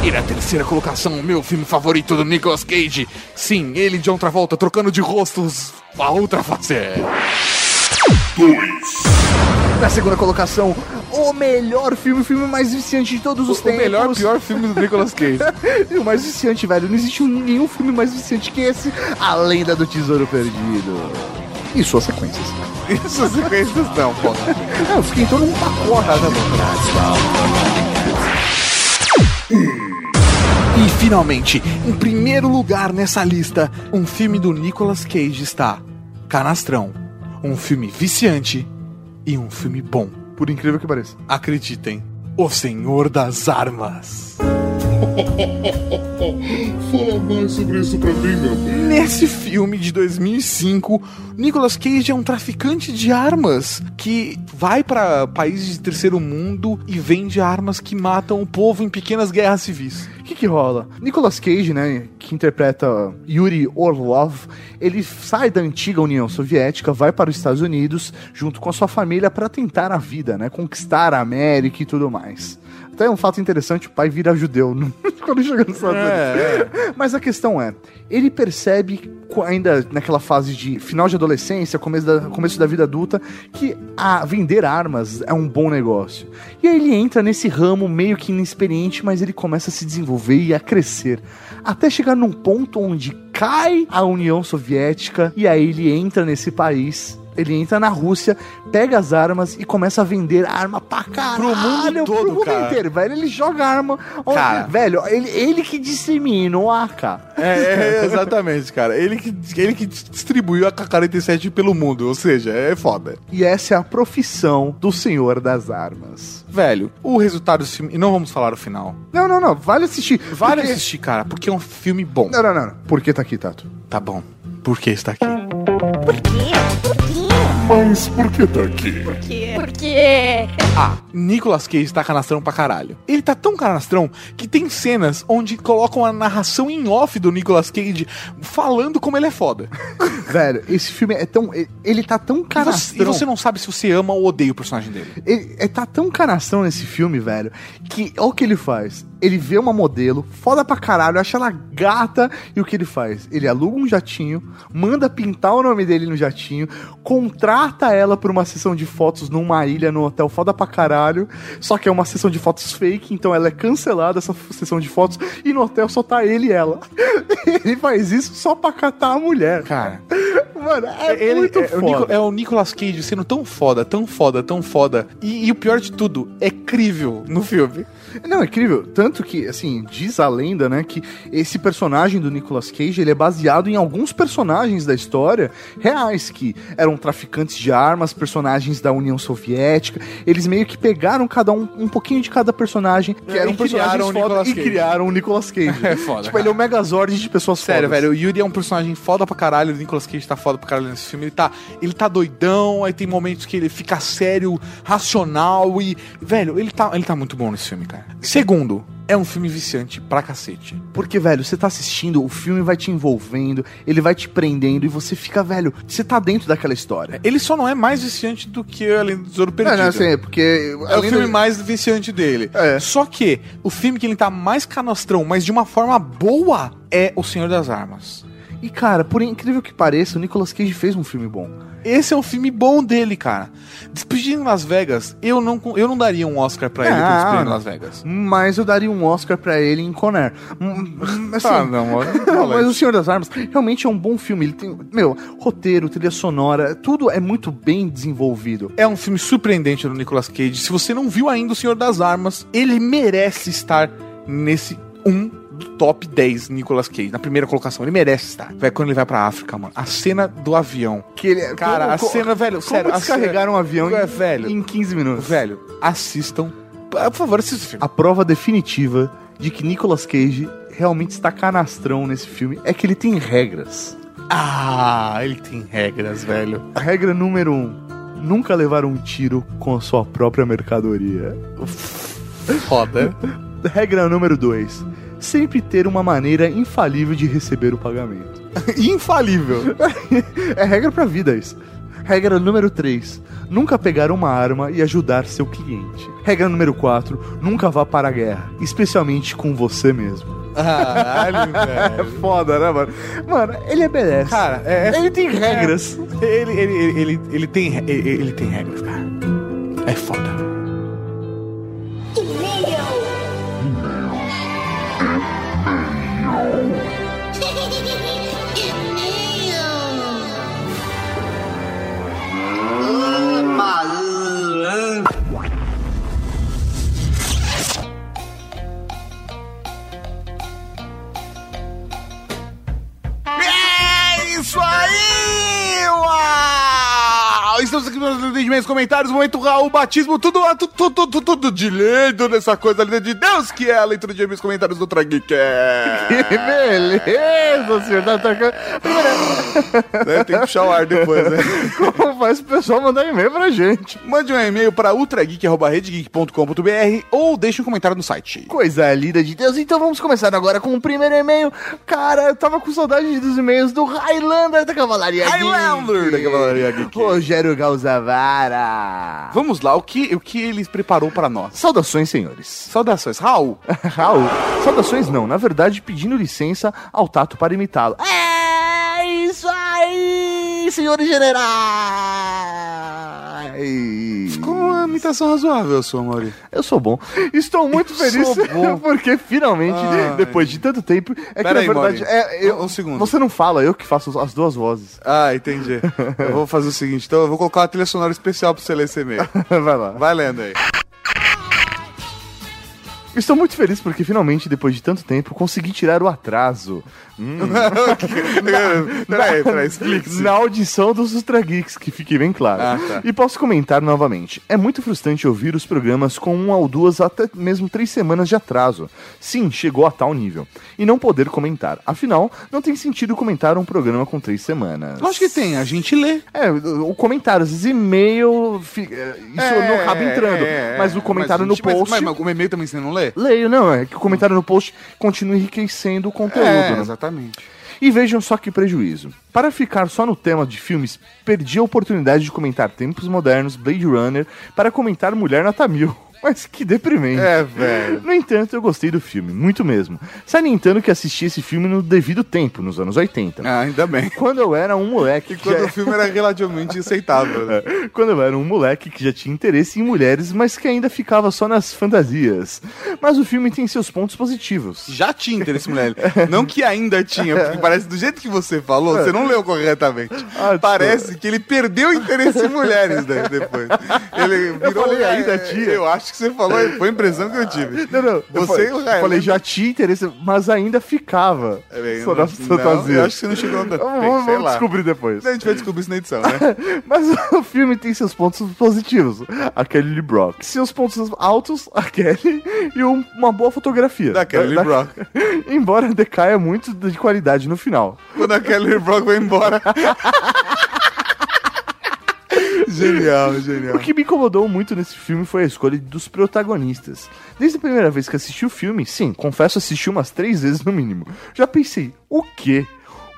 A: E na terceira colocação, o meu filme favorito do Nicolas Cage. Sim, ele e John Travolta trocando de rostos a outra face. é
B: Na segunda colocação, o melhor filme, o filme mais viciante de todos os
A: O
B: tempos.
A: melhor, pior filme do Nicolas Cage.
B: E o mais viciante, velho. Não existe um- nenhum filme mais viciante que esse. A Lenda do Tesouro Perdido. E suas sequências.
A: Isso as sequências não, pô.
B: Ah, eu fiquei em torno de um pacote.
A: E finalmente, em primeiro lugar nessa lista, um filme do Nicolas Cage está Canastrão. Um filme viciante e um filme bom.
B: Por incrível que pareça.
A: Acreditem, O Senhor das Armas.
C: Fala mais sobre isso pra mim, meu bem.
A: Nesse filme de 2005, Nicolas Cage é um traficante de armas que vai para países de terceiro mundo e vende armas que matam o povo em pequenas guerras civis.
B: O que que rola? Nicolas Cage, né, que interpreta Yuri Orlov, ele sai da antiga União Soviética, vai para os Estados Unidos, junto com a sua família, para tentar a vida, né, conquistar a América e tudo mais. Até um fato interessante, o pai vira judeu quando chega nos Estados Unidos. Mas a questão é, ele percebe, co- ainda naquela fase de final de adolescência, começo da, começo da vida adulta, que a vender armas é um bom negócio. E aí ele entra nesse ramo meio que inexperiente, mas ele começa a se desenvolver e a crescer. Até chegar num ponto onde cai a União Soviética e aí ele entra nesse país. Ele entra na Rússia, pega as armas e começa a vender arma pra caralho.
A: todo,
B: pro mundo
A: cara.
B: inteiro, velho. Ele joga arma.
A: Cara.
B: Velho, ele, ele que dissemina o AK.
A: É, exatamente, cara. Ele que, ele que distribuiu a K-47 pelo mundo, ou seja, é foda.
B: E essa é a profissão do Senhor das Armas.
A: Velho, o resultado desse filme. E não vamos falar o final.
B: Não, não, não. Vale assistir.
A: Vale
B: Porque-
A: assistir, cara, porque é um filme bom.
B: Não, não, não. não. Por que tá aqui, Tato?
A: Tá bom. Por que está aqui?
C: Mas por que tá aqui?
E: Porque
A: Ah, Nicolas Cage tá canastrão pra caralho. Ele tá tão canastrão que tem cenas onde colocam a narração em off do Nicolas Cage falando como ele é foda.
B: Velho, esse filme é tão. Ele tá tão
A: E você, e
B: canastrão.
A: você não sabe se você ama ou odeia o personagem dele.
B: Ele é, tá tão canastrão nesse filme, velho, que olha o que ele faz. Ele vê uma modelo, foda pra caralho, acha ela gata, e o que ele faz? Ele aluga um jatinho, manda pintar o nome dele no jatinho, contrata ela por uma sessão de fotos numa ilha, no hotel foda pra caralho, só que é uma sessão de fotos fake, então ela é cancelada, essa f- sessão de fotos, e no hotel só tá ele e ela. ele faz isso só pra catar a mulher.
A: Cara,
B: Mano, é
A: ele
B: muito
A: é, o
B: foda.
A: Nico- é o Nicolas Cage sendo tão foda, tão foda, tão foda. E, e o pior de tudo, é crível no filme.
B: Não, é incrível. Tanto que, assim, diz a lenda, né, que esse personagem do Nicolas Cage, ele é baseado em alguns personagens da história reais, que eram traficantes de armas, personagens da União Soviética. Eles meio que pegaram cada um, um pouquinho de cada personagem, que
A: É, E
B: eram personagens
A: criaram o
B: foda,
A: Nicolas
B: e
A: Cage.
B: criaram o Nicolas Cage.
A: É foda,
B: Tipo,
A: cara.
B: ele é o megazord de pessoas
A: Sério,
B: fodas.
A: velho, o Yuri é um personagem foda pra caralho, o Nicolas Cage tá foda pra caralho nesse filme. Ele tá, ele tá doidão, aí tem momentos que ele fica sério, racional e. Velho, ele tá, ele tá muito bom nesse filme, cara. Segundo, é um filme viciante pra cacete.
B: Porque, velho, você tá assistindo, o filme vai te envolvendo, ele vai te prendendo e você fica, velho, você tá dentro daquela história.
A: Ele só não é mais viciante do que Além do Tesouro Perdido.
B: Não, não, assim, porque...
A: É o
B: além do-
A: filme mais viciante dele.
B: É.
A: Só que o filme que ele tá mais canastrão, mas de uma forma boa, é O Senhor das Armas.
B: E, cara, por incrível que pareça, o Nicolas Cage fez um filme bom.
A: Esse é o filme bom dele, cara. Despedindo em Las Vegas, eu não, eu não daria um Oscar pra ele por
B: Ah,
A: Despedindo em
B: não.
A: Las Vegas.
B: Mas eu daria um Oscar pra ele em Conair. Hum, Assim,
A: Ah, não, olha,
B: mas O Senhor das Armas realmente é um bom filme. Ele tem, meu, roteiro, trilha sonora, tudo é muito bem desenvolvido.
A: É um filme surpreendente do Nicolas Cage. Se você não viu ainda O Senhor das Armas, ele merece estar nesse um do top 10 Nicolas Cage, na primeira colocação. Ele merece estar. Vai quando ele vai pra África, mano. A cena do avião.
B: Que ele,
A: Cara,
B: como-
A: a
B: co-
A: cena, velho,
B: como
A: é sério, a
B: descarregar
A: cena-
B: um avião
A: É,
B: em,
A: velho.
B: em 15 minutos.
A: Velho, assistam. Ah, Por favor, assista esse filme.
B: A prova definitiva de que Nicolas Cage realmente está canastrão nesse filme é que ele tem regras.
A: Ah, ele tem regras, velho.
B: A regra número um. Nunca levar um tiro com a sua própria mercadoria.
A: Foda.
B: Regra número 2. Sempre ter uma maneira infalível de receber o pagamento.
A: Infalível.
B: É regra pra vida isso. Regra número 3. Nunca pegar uma arma e ajudar seu cliente. Regra número 4. Nunca vá para a guerra, especialmente com você mesmo.
A: Caralho, velho.
B: foda, né, mano? Mano, ele é BDS.
A: Cara, é, é-
B: ele tem regras.
A: ele, ele, ele, ele, ele tem, re- ele, ele tem regras, cara. É foda. É isso aí! Uau! Estamos aqui nos meus comentários, momento Raul, batismo, tudo, tudo, tudo, tudo, tudo de lindo nessa coisa linda de Deus que é a leitura de meus comentários do É, Trageecast.
B: Que beleza, senhor. Tá atacando.
A: né? Tem que puxar o ar depois, né?
B: Como faz o pessoal mandar e-mail pra gente?
A: Mande um e-mail para ultrageek.com.br ou deixe um comentário no site.
B: Coisa linda de Deus. Então vamos começar agora com o primeiro e-mail. Cara, eu tava com saudade dos e-mails do Highlander da Cavalaria Geek.
A: Highlander da Cavalaria Geek.
B: Rogério Galzavara.
A: Vamos lá, o que, o que eles preparou para nós?
B: Saudações, senhores.
A: Saudações, Raul.
B: Raul, saudações não, na verdade pedindo licença ao Tato para imitá-lo. É isso aí, senhores generais.
A: Com uma imitação razoável, sua Mauri.
B: Eu sou bom. Estou muito feliz
A: sou bom.
B: porque finalmente,
A: Ai.
B: depois de tanto tempo, é que
A: Pera
B: na
A: aí,
B: verdade
A: Mauri.
B: é, eu-
A: Um- um segundo.
B: Você não fala, eu que faço as duas vozes.
A: Ah, entendi. Eu vou fazer o seguinte, então eu vou colocar uma trilha sonora especial pra você ler esse e-mail.
B: Vai lá.
A: Vai lendo aí.
B: Estou muito feliz porque finalmente, depois de tanto tempo, consegui tirar o atraso
A: peraí, peraí, explique-se.
B: na audição dos Ultra Geeks, que fique bem claro.
A: Ah, tá.
B: E posso comentar novamente. É muito frustrante ouvir os programas com uma ou duas, até mesmo três semanas de atraso. Sim, chegou a tal nível. E não poder comentar. Afinal, não tem sentido comentar um programa com três semanas.
A: Lógico que tem, a gente lê.
B: É, o o comentário, às vezes e-mail, fi- é, isso não acaba entrando, mas o comentário
A: é, mas,
B: no post...
A: Mas, mas o e-mail também você não lê?
B: Leio, não, é que o comentário no post continua enriquecendo o conteúdo.
A: É.
B: né?
A: exatamente.
B: E vejam só que prejuízo. Para ficar só no tema de filmes, perdi a oportunidade de comentar Tempos Modernos, Blade Runner, para comentar Mulher Nota Mil. Mas que deprimente.
A: É, velho.
B: No entanto, eu gostei do filme, muito mesmo. Salientando que assisti esse filme no devido tempo, nos anos 80.
A: Ah, ainda bem.
B: Quando eu era um moleque.
A: E
B: que
A: quando
B: já-
A: o filme era relativamente aceitável, né?
B: Quando eu era um moleque que já tinha interesse em mulheres, mas que ainda ficava só nas fantasias. Mas o filme tem seus pontos positivos.
A: Já tinha interesse mulher. Não que ainda tinha, porque parece do jeito que você falou, você não leu corretamente.
B: Ah,
A: parece que ele perdeu o interesse em mulheres né, depois. Ele virou,
B: falei ainda
A: é,
B: tinha.
A: Eu acho que você falou, foi a impressão que eu tive.
B: Não, não,
A: Você
B: eu falei,
A: e o
B: eu
A: Highlander.
B: falei, já tinha interesse, mas ainda ficava
A: É, bem,
B: só
A: não-
B: nas
A: não, eu
B: fantasias.
A: acho que você não chegou ainda.
B: Vamos,
A: Bem,
B: vamos-
A: sei
B: vamos
A: lá.
B: descobrir depois.
A: A gente vai descobrir isso na edição, né?
B: Mas o filme tem seus pontos positivos. A Kelly Lee Brock. Seus pontos altos, a Kelly. E um- uma boa fotografia.
A: Da Kelly
B: Da-
A: Brock.
B: Embora decaia muito de qualidade no final.
A: Quando a Kelly Brock vai embora. genial, genial.
B: O que me incomodou muito nesse filme foi a escolha dos protagonistas. Desde a primeira vez que assisti o filme, sim, confesso assisti umas três vezes no mínimo. Já pensei, o quê?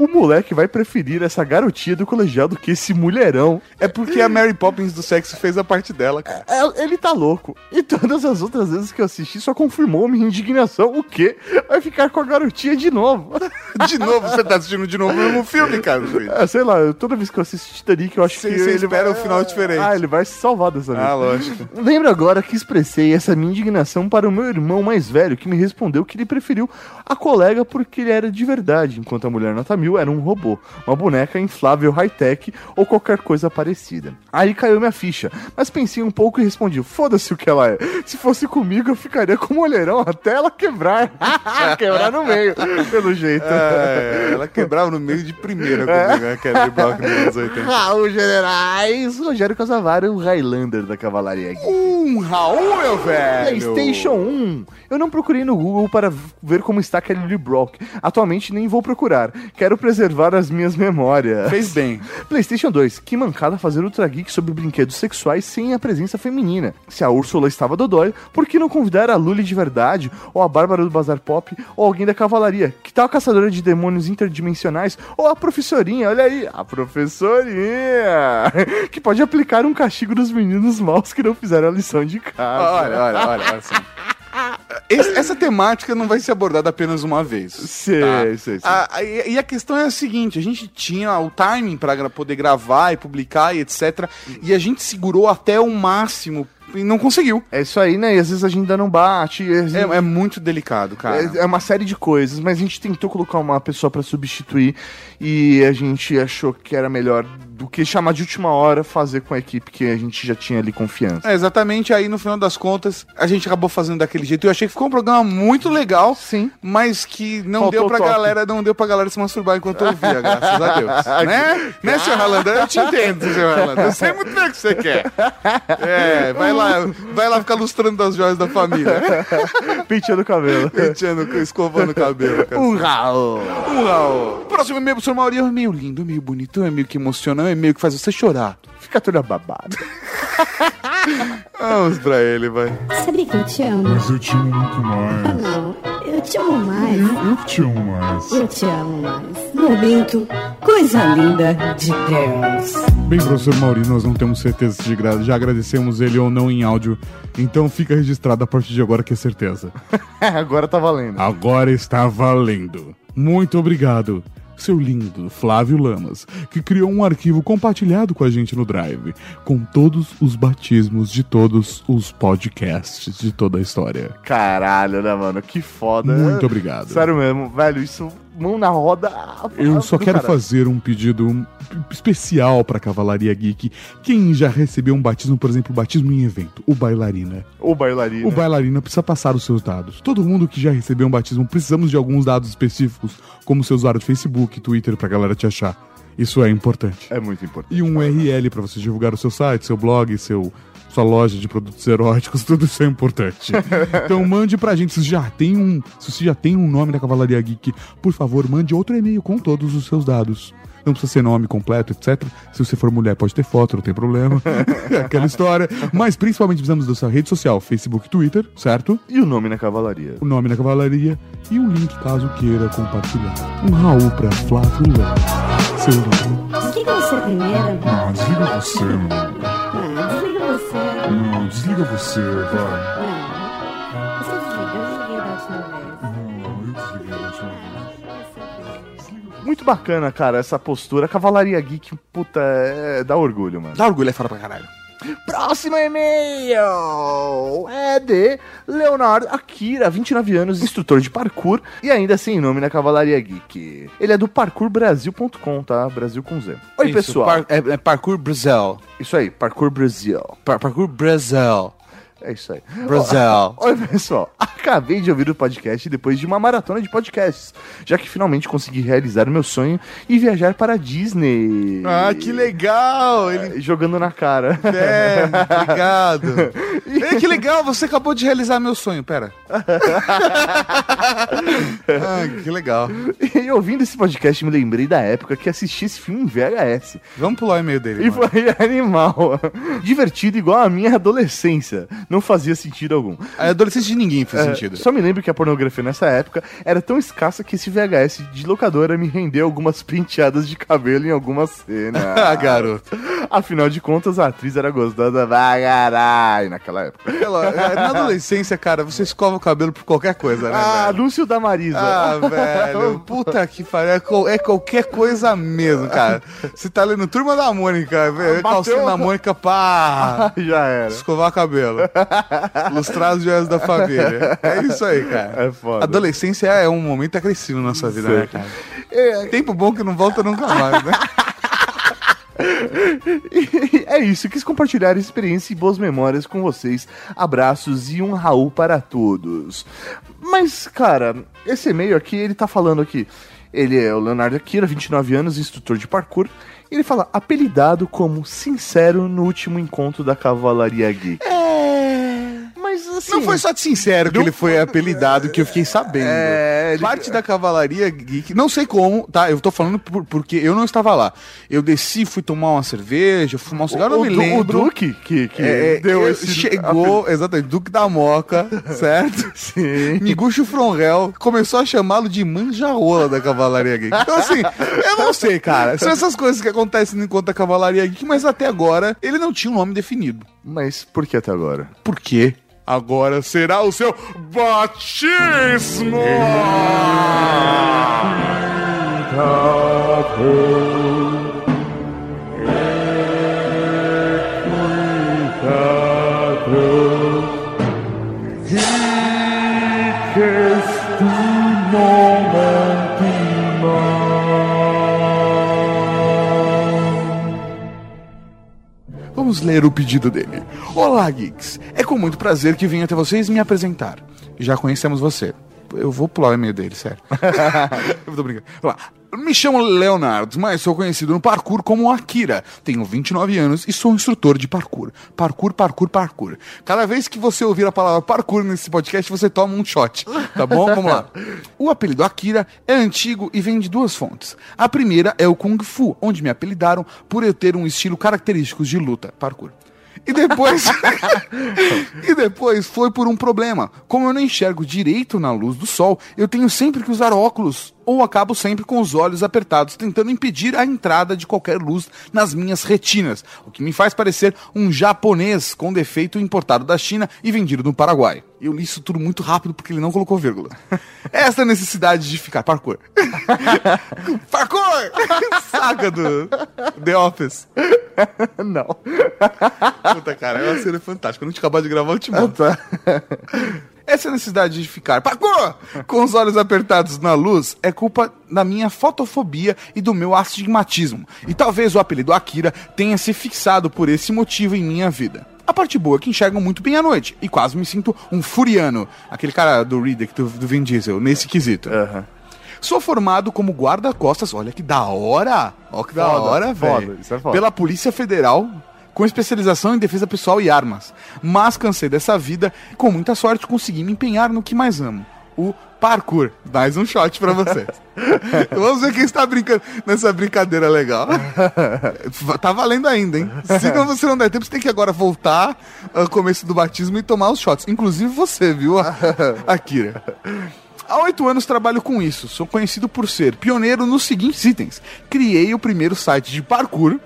B: o moleque vai preferir essa garotinha do colegial do que esse mulherão.
F: É porque a Mary Poppins do sexo fez a parte dela, cara.
B: É, Ele tá louco. E todas as outras vezes que eu assisti só confirmou minha indignação. O quê? Vai ficar com a garotinha de novo.
F: De novo, você tá assistindo de novo o mesmo filme, cara. Luiz.
B: É, sei lá, eu- toda vez que eu assisto Titanic, eu acho
F: Você
B: que
F: você
B: ele
F: espera um
B: vai...
F: final diferente.
B: Ah, ele vai se salvar dessa vez.
F: Ah, lógico.
B: Lembro agora que expressei essa minha indignação para o meu irmão mais velho, que me respondeu que ele preferiu a colega porque ele era de verdade, enquanto a mulher nota mil era um robô, uma boneca inflável high-tech ou qualquer coisa parecida. Aí caiu minha ficha, mas pensei um pouco e respondi: foda-se o que ela é. Se fosse comigo, eu ficaria com o mulherão até ela quebrar. quebrar no meio, pelo jeito.
F: É, ela quebrava no meio de primeira comigo, né? Aquela de Brock nos anos 80.
B: Raul Generais, Rogério Casavara, o Highlander da Cavalaria Geek.
F: Um Raul, meu
A: É,
F: velho!
B: PlayStation 1. Eu não procurei no Google para ver como está aquele Lee Brock. Atualmente nem vou procurar. Quero preservar as minhas memórias.
F: Fez bem.
B: PlayStation 2. Que mancada fazer Ultra Geek sobre brinquedos sexuais sem a presença feminina. Se a Úrsula estava dodói, por que não convidar a Lully de verdade, ou a Bárbara do Bazar Pop, ou alguém da Cavalaria? Que tal a Caçadora de Demônios Interdimensionais, ou a Professorinha? Olha aí, a Professorinha! Que pode aplicar um castigo nos meninos maus que não fizeram a lição de
A: Tá.
B: casa.
F: Olha, olha, olha. olha assim. Esse- essa temática não vai ser abordada apenas uma vez.
B: Sei,
F: Tá.
B: sei, sei.
F: A- a- e a questão é a seguinte: a gente tinha o timing pra gra- poder gravar e publicar e etc. E a gente segurou até o máximo e não conseguiu.
B: É isso aí, né? E às vezes a gente ainda não bate. e às vezes-
F: É, é muito delicado, cara.
B: É, é uma série de coisas, mas a gente tentou colocar uma pessoa pra substituir e a gente achou que era melhor do que chamar de última hora fazer com a equipe que a gente já tinha ali confiança.
F: É, exatamente, aí no final das contas, a gente acabou fazendo daquele jeito. Eu achei que ficou um programa muito legal,
B: Sim.
F: mas que não
B: Faltou
F: deu pra
B: o toque.
F: galera, não deu pra galera se masturbar enquanto ouvia, graças a Deus. né? né, seu Highlander? Eu te entendo, seu Highlander. Eu sei muito bem o que você quer. É, vai lá, vai lá ficar lustrando as joias da família.
B: Penteando o cabelo.
F: Penteando, escovando o cabelo, cara.
B: Um Raul!
F: Um Raul. Próximo e-mail pro senhor Mauri é um e-mail lindo, é um e-mail bonito, é um e-mail que emociona, é um e-mail que faz você chorar.
B: Fica toda babada.
F: Vamos pra ele, vai.
D: Sabia que eu te amo?
A: Mas eu te amo muito mais.
D: Não, eu te amo mais.
A: Eu, eu te amo mais.
D: Eu te amo mais. Momento, coisa linda de Deus.
A: Bem, professor Mauri, nós não temos certeza se gra- já agradecemos ele ou não em áudio. Então fica registrado a partir de agora que é certeza.
B: Agora tá valendo.
A: Agora está valendo. Muito obrigado, seu lindo Flávio Lamas, que criou um arquivo compartilhado com a gente no Drive, com todos os batismos de todos os podcasts de toda a história.
B: Caralho, né, mano? Que foda. É.
A: Muito obrigado.
B: Sério mesmo, velho, isso mão na roda.
A: Eu só
B: do
A: quero
B: caralho.
A: fazer um pedido especial pra Cavalaria Geek. Quem já recebeu um batismo, por exemplo, batismo em evento, o bailarina.
B: O bailarino.
A: O bailarina precisa passar os seus dados. Todo mundo que já recebeu um batismo, precisamos de alguns dados específicos, como seu usuário de Facebook, Twitter, pra galera te achar. Isso é importante.
B: É muito importante.
A: E um URL pra você divulgar o seu site, seu blog, seu sua loja de produtos eróticos, tudo isso é importante. então mande pra gente, se já tem um, se você já tem um nome da Cavalaria Geek, por favor, mande outro e-mail com todos os seus dados. Não precisa ser nome completo, etc. Se você for mulher, pode ter foto, não tem problema. É Aquela história. Mas principalmente precisamos da sua rede social, Facebook, Twitter, certo?
B: E o nome na cavalaria?
A: O nome da cavalaria e um link caso queira compartilhar. Um Raul pra Flávio Léo. Seu nome.
D: Desliga é você primeiro.
A: Ah, desliga você, mano.
D: Ah, desliga você.
A: Não, desliga você, vai.
D: Não. Ah, Você desliga, eu desliguei da última
A: Não, eu desliguei a última vez.
D: vez.
B: Muito bacana, cara, essa postura. Cavalaria Geek, puta, é, dá orgulho, mano.
F: Dá orgulho é fora pra caralho.
B: Próximo e-mail é de Leonardo Akira, 29 anos, instrutor de parkour e ainda sem nome na Cavalaria Geek. Ele é do parkourbrasil.com, tá? Brasil com Z. Oi,
F: Isso,
B: pessoal.
F: par- é, é Parkour Brasil.
B: Isso aí, Parkour Brasil.
F: Par- parkour Brasil.
B: É isso aí.
F: Brasil.
B: Oi, pessoal. Acabei de ouvir o podcast depois de uma maratona de podcasts, já que finalmente consegui realizar o meu sonho e viajar para a Disney.
A: Ah,
F: legal! Ele
B: Jogando na cara.
F: é, obrigado.
A: Ei, que legal, você acabou de realizar meu sonho, pera. ah, que legal.
B: E ouvindo esse podcast, me lembrei da época que assisti esse filme em VHS.
A: Vamos pular o e-mail dele.
B: E
A: mano.
B: foi animal. Divertido igual a minha adolescência. Não fazia sentido algum.
A: A adolescência de ninguém fez
B: É,
A: sentido.
B: Só me lembro que a pornografia nessa época era tão escassa que esse VHS de locadora me rendeu algumas penteadas de cabelo em alguma cena.
A: Ah, garoto.
B: Afinal de contas, a atriz era gostosa pra caralho naquela época. né,
A: Ela- é, na adolescência, cara, você escova o cabelo por qualquer coisa, né?
B: Ah,
A: velho?
B: Lúcio da Marisa.
A: Ah, velho, puta que pariu. É, qual- é qualquer coisa mesmo, cara. Você tá lendo Turma da Mônica,
B: Ah,
A: velho. Calcinha da Mônica, pá.
B: Já era.
A: Escovar cabelo. Lustrar as joias da família. É isso aí, cara.
B: É foda.
A: Adolescência é um momento agressivo na sua vida, né, cara? Tempo bom que não volta nunca mais, né?
B: E é isso, quis compartilhar experiência e boas memórias com vocês. Abraços e um Raul para todos. Mas, cara, esse e-mail aqui, ele tá falando aqui. Ele é o Leonardo Akira, 29 anos, instrutor de parkour. Ele fala, apelidado como sincero no último encontro da Cavalaria Geek. Mas assim.
A: É. Não foi só de sincero que ele foi apelidado, que eu fiquei sabendo.
B: É, ele-
A: Parte da Cavalaria Geek, não sei como, tá? Eu tô falando por- porque eu não estava lá. Eu desci, fui tomar uma cerveja, fumar um cigarro, eu não
B: o,
A: me
B: Du- o
A: lembro.
B: Duque que, que
A: É, é,
B: deu
A: eu-
B: esse.
A: Chegou, exatamente, Duque da Moca, certo?
B: Sim.
A: Miguxo Fronhel começou a chamá-lo de manjarola da Cavalaria Geek. Então, assim, eu não sei, cara. São essas coisas que acontecem no encontro da Cavalaria Geek, mas até agora ele não tinha um nome definido.
B: Mas por que até agora?
A: Por quê? Agora será o seu batismo! Vamos ler o pedido dele. Olá, geeks. É com muito prazer que venho até vocês me apresentar. Já conhecemos você. Eu vou pular o e-mail dele, sério. Eu tô brincando. Vamos lá. Me chamo Leonardo, mas sou conhecido no parkour como um Akira. Tenho 29 anos e sou um instrutor de parkour. Parkour, parkour, parkour. Cada vez que você ouvir a palavra parkour nesse podcast, você toma um shot. Tá bom? Vamos lá. O apelido Akira é antigo e vem de duas fontes. A primeira é o Kung Fu, onde me apelidaram por eu ter um estilo característico de luta, parkour. E depois. e depois foi por um problema. Como eu não enxergo direito na luz do sol, eu tenho sempre que usar óculos ou acabo sempre com os olhos apertados, tentando impedir a entrada de qualquer luz nas minhas retinas, o que me faz parecer um japonês com defeito importado da China e vendido no Paraguai. Eu li isso tudo muito rápido porque ele não colocou vírgula. Essa necessidade de ficar parkour. parkour! Saca do The Office.
B: Não.
A: Puta, cara, é uma cena fantástica. Quando a gente acabar de gravar, eu te mostro. Essa é necessidade de ficar pacô, com os olhos apertados na luz é culpa da minha fotofobia e do meu astigmatismo. E talvez o apelido Akira tenha se fixado por esse motivo em minha vida. A parte boa é que enxergo muito bem à noite e quase me sinto um furiano. Aquele cara do Riddick, do, do Vin Diesel, nesse quesito.
B: Aham.
A: Sou formado como guarda-costas. Olha que da hora! Ó que da
B: Foda,
A: hora,
B: foda,
A: velho.
B: isso é foda.
A: Pela Polícia Federal, com especialização em defesa pessoal e armas. Mas cansei dessa vida e com muita sorte consegui me empenhar no que mais amo. O parkour. Mais um shot pra vocês. Vamos ver quem está brincando nessa brincadeira legal. tá valendo ainda, hein? Se não, você não der tempo, você tem que agora voltar ao começo do batismo e tomar os shots. Inclusive você, viu, Akira? Há oito anos trabalho com isso. Sou conhecido por ser pioneiro nos seguintes itens: criei o primeiro site de parkour.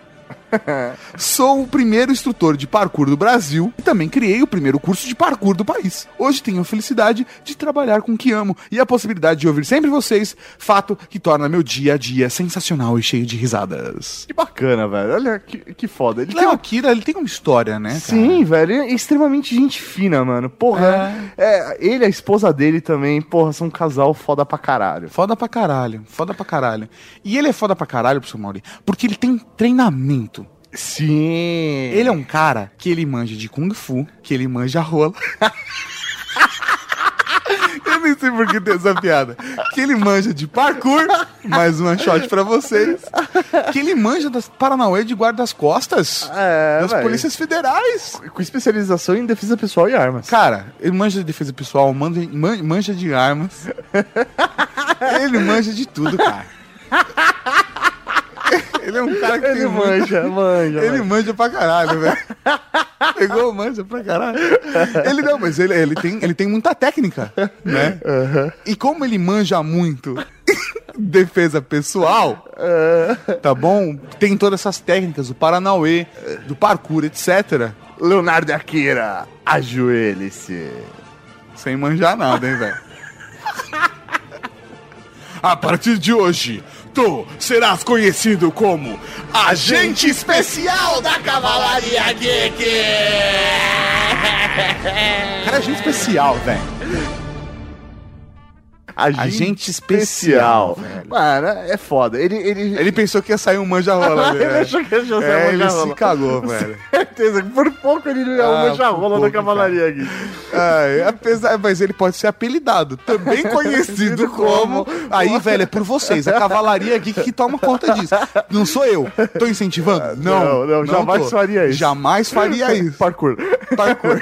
A: Sou o primeiro instrutor de parkour do Brasil e também criei o primeiro curso de parkour do país. Hoje tenho a felicidade de trabalhar com o que amo e a possibilidade de ouvir sempre vocês, fato que torna meu dia a dia sensacional e cheio de risadas.
B: Que bacana, velho. Olha que, que foda. Ele tem
A: Léo
B: uma...
A: Akira, ele tem uma história, né? cara?
B: Sim, velho. É extremamente gente fina, mano. Porra. É, ele e a esposa dele também, porra, são um casal foda pra caralho.
A: Foda pra caralho, foda pra caralho. E ele é foda pra caralho, professor Mauri, porque ele tem treinamento.
B: Sim.
A: Ele é um cara que ele manja de Kung Fu, que ele manja rola. ele sei por que tem essa piada. Que ele manja de parkour, mais um shot pra vocês. Que ele manja das Paranauê de guardas-costas,
B: É,
A: das
B: velho.
A: polícias federais.
B: Com especialização em defesa pessoal e armas.
A: Cara, ele manja de defesa pessoal, manja, man- manja de armas. ele manja de tudo, cara. ele é um cara que
B: Ele
A: tem muito-
B: manja, manja.
A: Ele
B: manja.
A: manja pra caralho, velho. Pegou o manja pra caralho. Ele não, mas ele, ele, tem, ele tem muita técnica, né? E como ele manja muito defesa pessoal, tá bom? Tem todas essas técnicas do Paranauê, do parkour, etc.
B: Leonardo Akira, ajoelhe-se.
A: Sem manjar nada, hein, velho? A partir de hoje, tu serás conhecido como Agente Especial da Cavalaria Geek! Cara, agente especial, velho. Agente especial, velho.
B: Mano, é foda. Ele. ele...
A: Ele pensou que ia sair um manja-rola,
B: ele
A: velho.
B: achou que ia um ser
A: É,
B: uma
A: ele
B: manjarrola.
A: se cagou, velho.
B: Certeza, que por pouco ele não é
A: Ah,
B: uma
A: por
B: manjarrola
A: pouco,
B: da cavalaria aqui.
A: É, apesar, mas ele pode ser apelidado, também conhecido como. Aí, velho, é por vocês, a cavalaria geek que toma conta disso. Não sou eu. Tô incentivando? Não. é
B: não, não, jamais faria isso.
A: Jamais faria isso.
B: Parkour.
A: Parkour.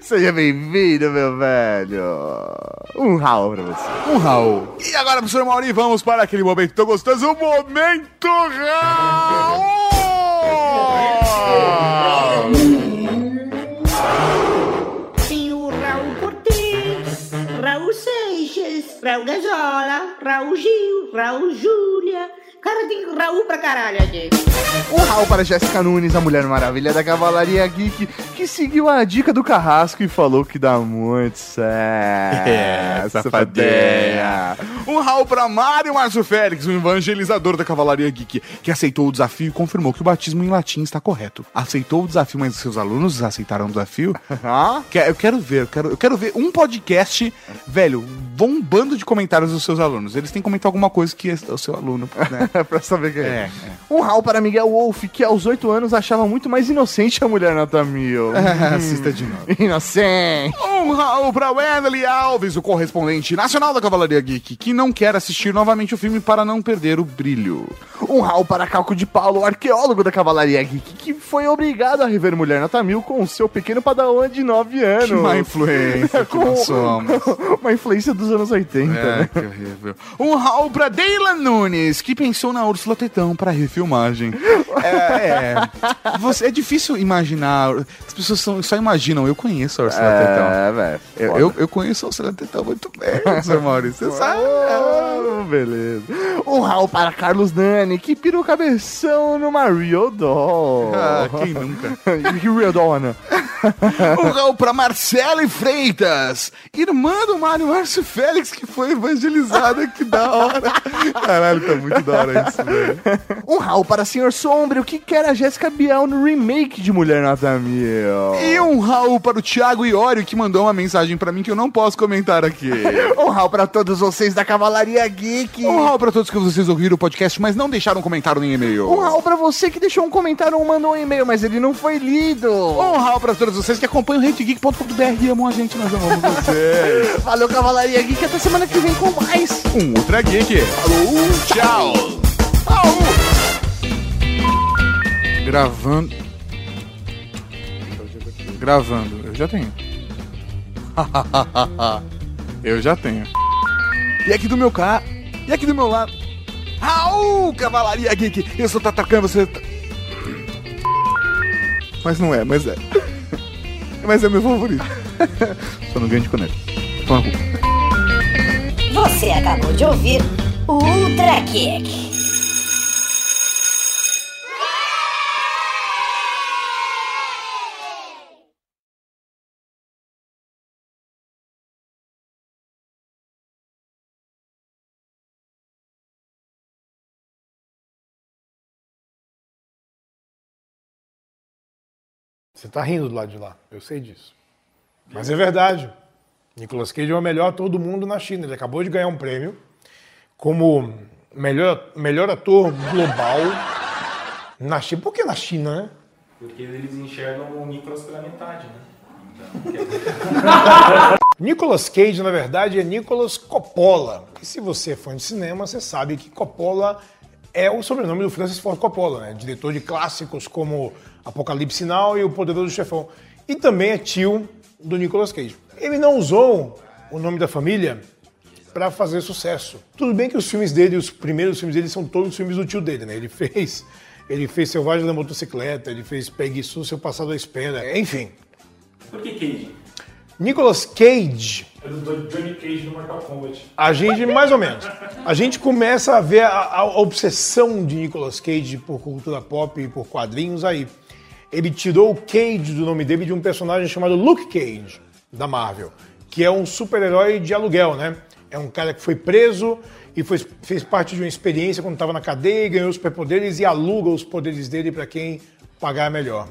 B: Seja bem-vindo, meu velho. Um hall pra você.
A: Um Raul. E agora, professor Mauri, vamos para aquele momento tão gostoso o Momento Raul!
D: Tem o Raul Cortez, Raul Seixas, Raul Gazola, Raul Gil, Raul Júlia. Cara, tem Raul pra caralho aqui.
B: Um hall para Jéssica Nunes, a Mulher Maravilha da Cavalaria Geek, que seguiu a dica do Carrasco e falou que dá muito certo.
A: É, safadeia. Um Raul pra Mário Márcio Félix, um evangelizador da Cavalaria Geek, que aceitou o desafio e confirmou que o batismo em latim está correto. Aceitou o desafio, mas seus alunos aceitaram o desafio?
B: Ah,
A: Que- Eu quero ver, eu quero, eu quero ver um podcast, velho, bombando de comentários dos seus alunos. Eles têm que comentar alguma coisa que é o seu aluno, né?
B: pra saber quem é.
A: É, é.
B: Um hall para Miguel Wolf, que aos 8 anos achava muito mais inocente a mulher nota mil.
A: Assista de novo.
B: inocente.
A: Um Raul pra Wendeley Alves, o correspondente nacional da Cavalaria Geek, que não quer assistir novamente o filme para não perder o brilho.
B: Um hall para Calco de Paulo, arqueólogo da Cavalaria Geek, que foi obrigado a rever Mulher Nota Mil com o seu pequeno padawan de 9 anos.
A: Que má influência que nós somos.
B: Uma influência dos anos 80, né?
A: É, que horrível. Um Raul pra Daylan Nunes, que pensou na Úrsula Tetão pra refilmagem. É, é. Você- é difícil imaginar. As pessoas são- só imaginam. Eu conheço a Úrsula Tetão.
B: É, velho.
A: Eu, eu, eu conheço a Úrsula Tetão muito bem, seu Maurício. Você sabe?
B: Ah, beleza. Um hall para Carlos Nani, que pirou o cabeção numa Real Doll.
A: Ah, quem nunca?
B: que Real Doll, né? Ana?
A: Um Raul pra Marcele Freitas, irmã do Mário Márcio Félix, que foi evangelizada. Que da hora. Caralho, tá muito da hora isso, velho.
B: Um hall para Senhor Sombrio, que quer a Jéssica Biel no remake de Mulher Nota Mil.
A: E um Raul para o Thiago Iório, que mandou uma mensagem pra mim que eu não posso comentar aqui.
B: Um hall para todos vocês da Cavalaria Geek.
A: Um Raul pra todos que vocês ouviram o podcast, mas não deixaram comentário nem e-mail.
B: Um hall pra você que deixou um comentário ou mandou um e-mail, mas ele não foi lido.
A: Um Raul pra todos vocês que acompanham o RateGeek.com.br e amam a gente, nós amamos vocês.
B: Valeu, Cavalaria Geek. Até semana que vem com mais.
A: um Ultra Geek. Falou, tchau. Raul. Gravando. Gravando. Eu já tenho. Eu já tenho. E aqui do meu carro. E aqui do meu lado. Raul, Cavalaria Geek. Eu sou Tatacan, você... é ta- Mas não é, mas é. Mas é meu favorito. Só no grande conecto. Toma cu.
G: Você acabou de ouvir o Ultra Kick.
H: Você tá rindo do lado de lá, eu sei disso. Mas é verdade. Nicolas Cage é o melhor ator do mundo na China. Ele acabou de ganhar um prêmio como melhor, melhor ator global na China. Por que na China, né?
I: Porque eles enxergam o Nicolas pela metade, né? Então,
H: Nicolas Cage, na verdade, é Nicolas Coppola. E se você é fã de cinema, você sabe que Coppola é o sobrenome do Francis Ford Coppola, né? diretor de clássicos como Apocalipse Sinal e O Poderoso Chefão. E também é tio do Nicolas Cage. Ele não usou o nome da família para fazer sucesso. Tudo bem que os filmes dele, os primeiros filmes dele, são todos filmes do tio dele, né? Ele fez, ele fez Selvagem da Motocicleta, ele fez Peggy Sue, Seu Passado à Espera, enfim.
I: Por que Cage?
H: Nicolas Cage,
I: Eu do Johnny Cage no Mortal Kombat.
H: a gente, mais ou menos, a gente começa a ver a, a obsessão de Nicolas Cage por cultura pop e por quadrinhos aí. Ele tirou o Cage do nome dele de um personagem chamado Luke Cage, da Marvel, que é um super-herói de aluguel, né? É um cara que foi preso e foi- fez parte de uma experiência quando estava na cadeia, e ganhou os superpoderes e aluga os poderes dele para quem pagar melhor.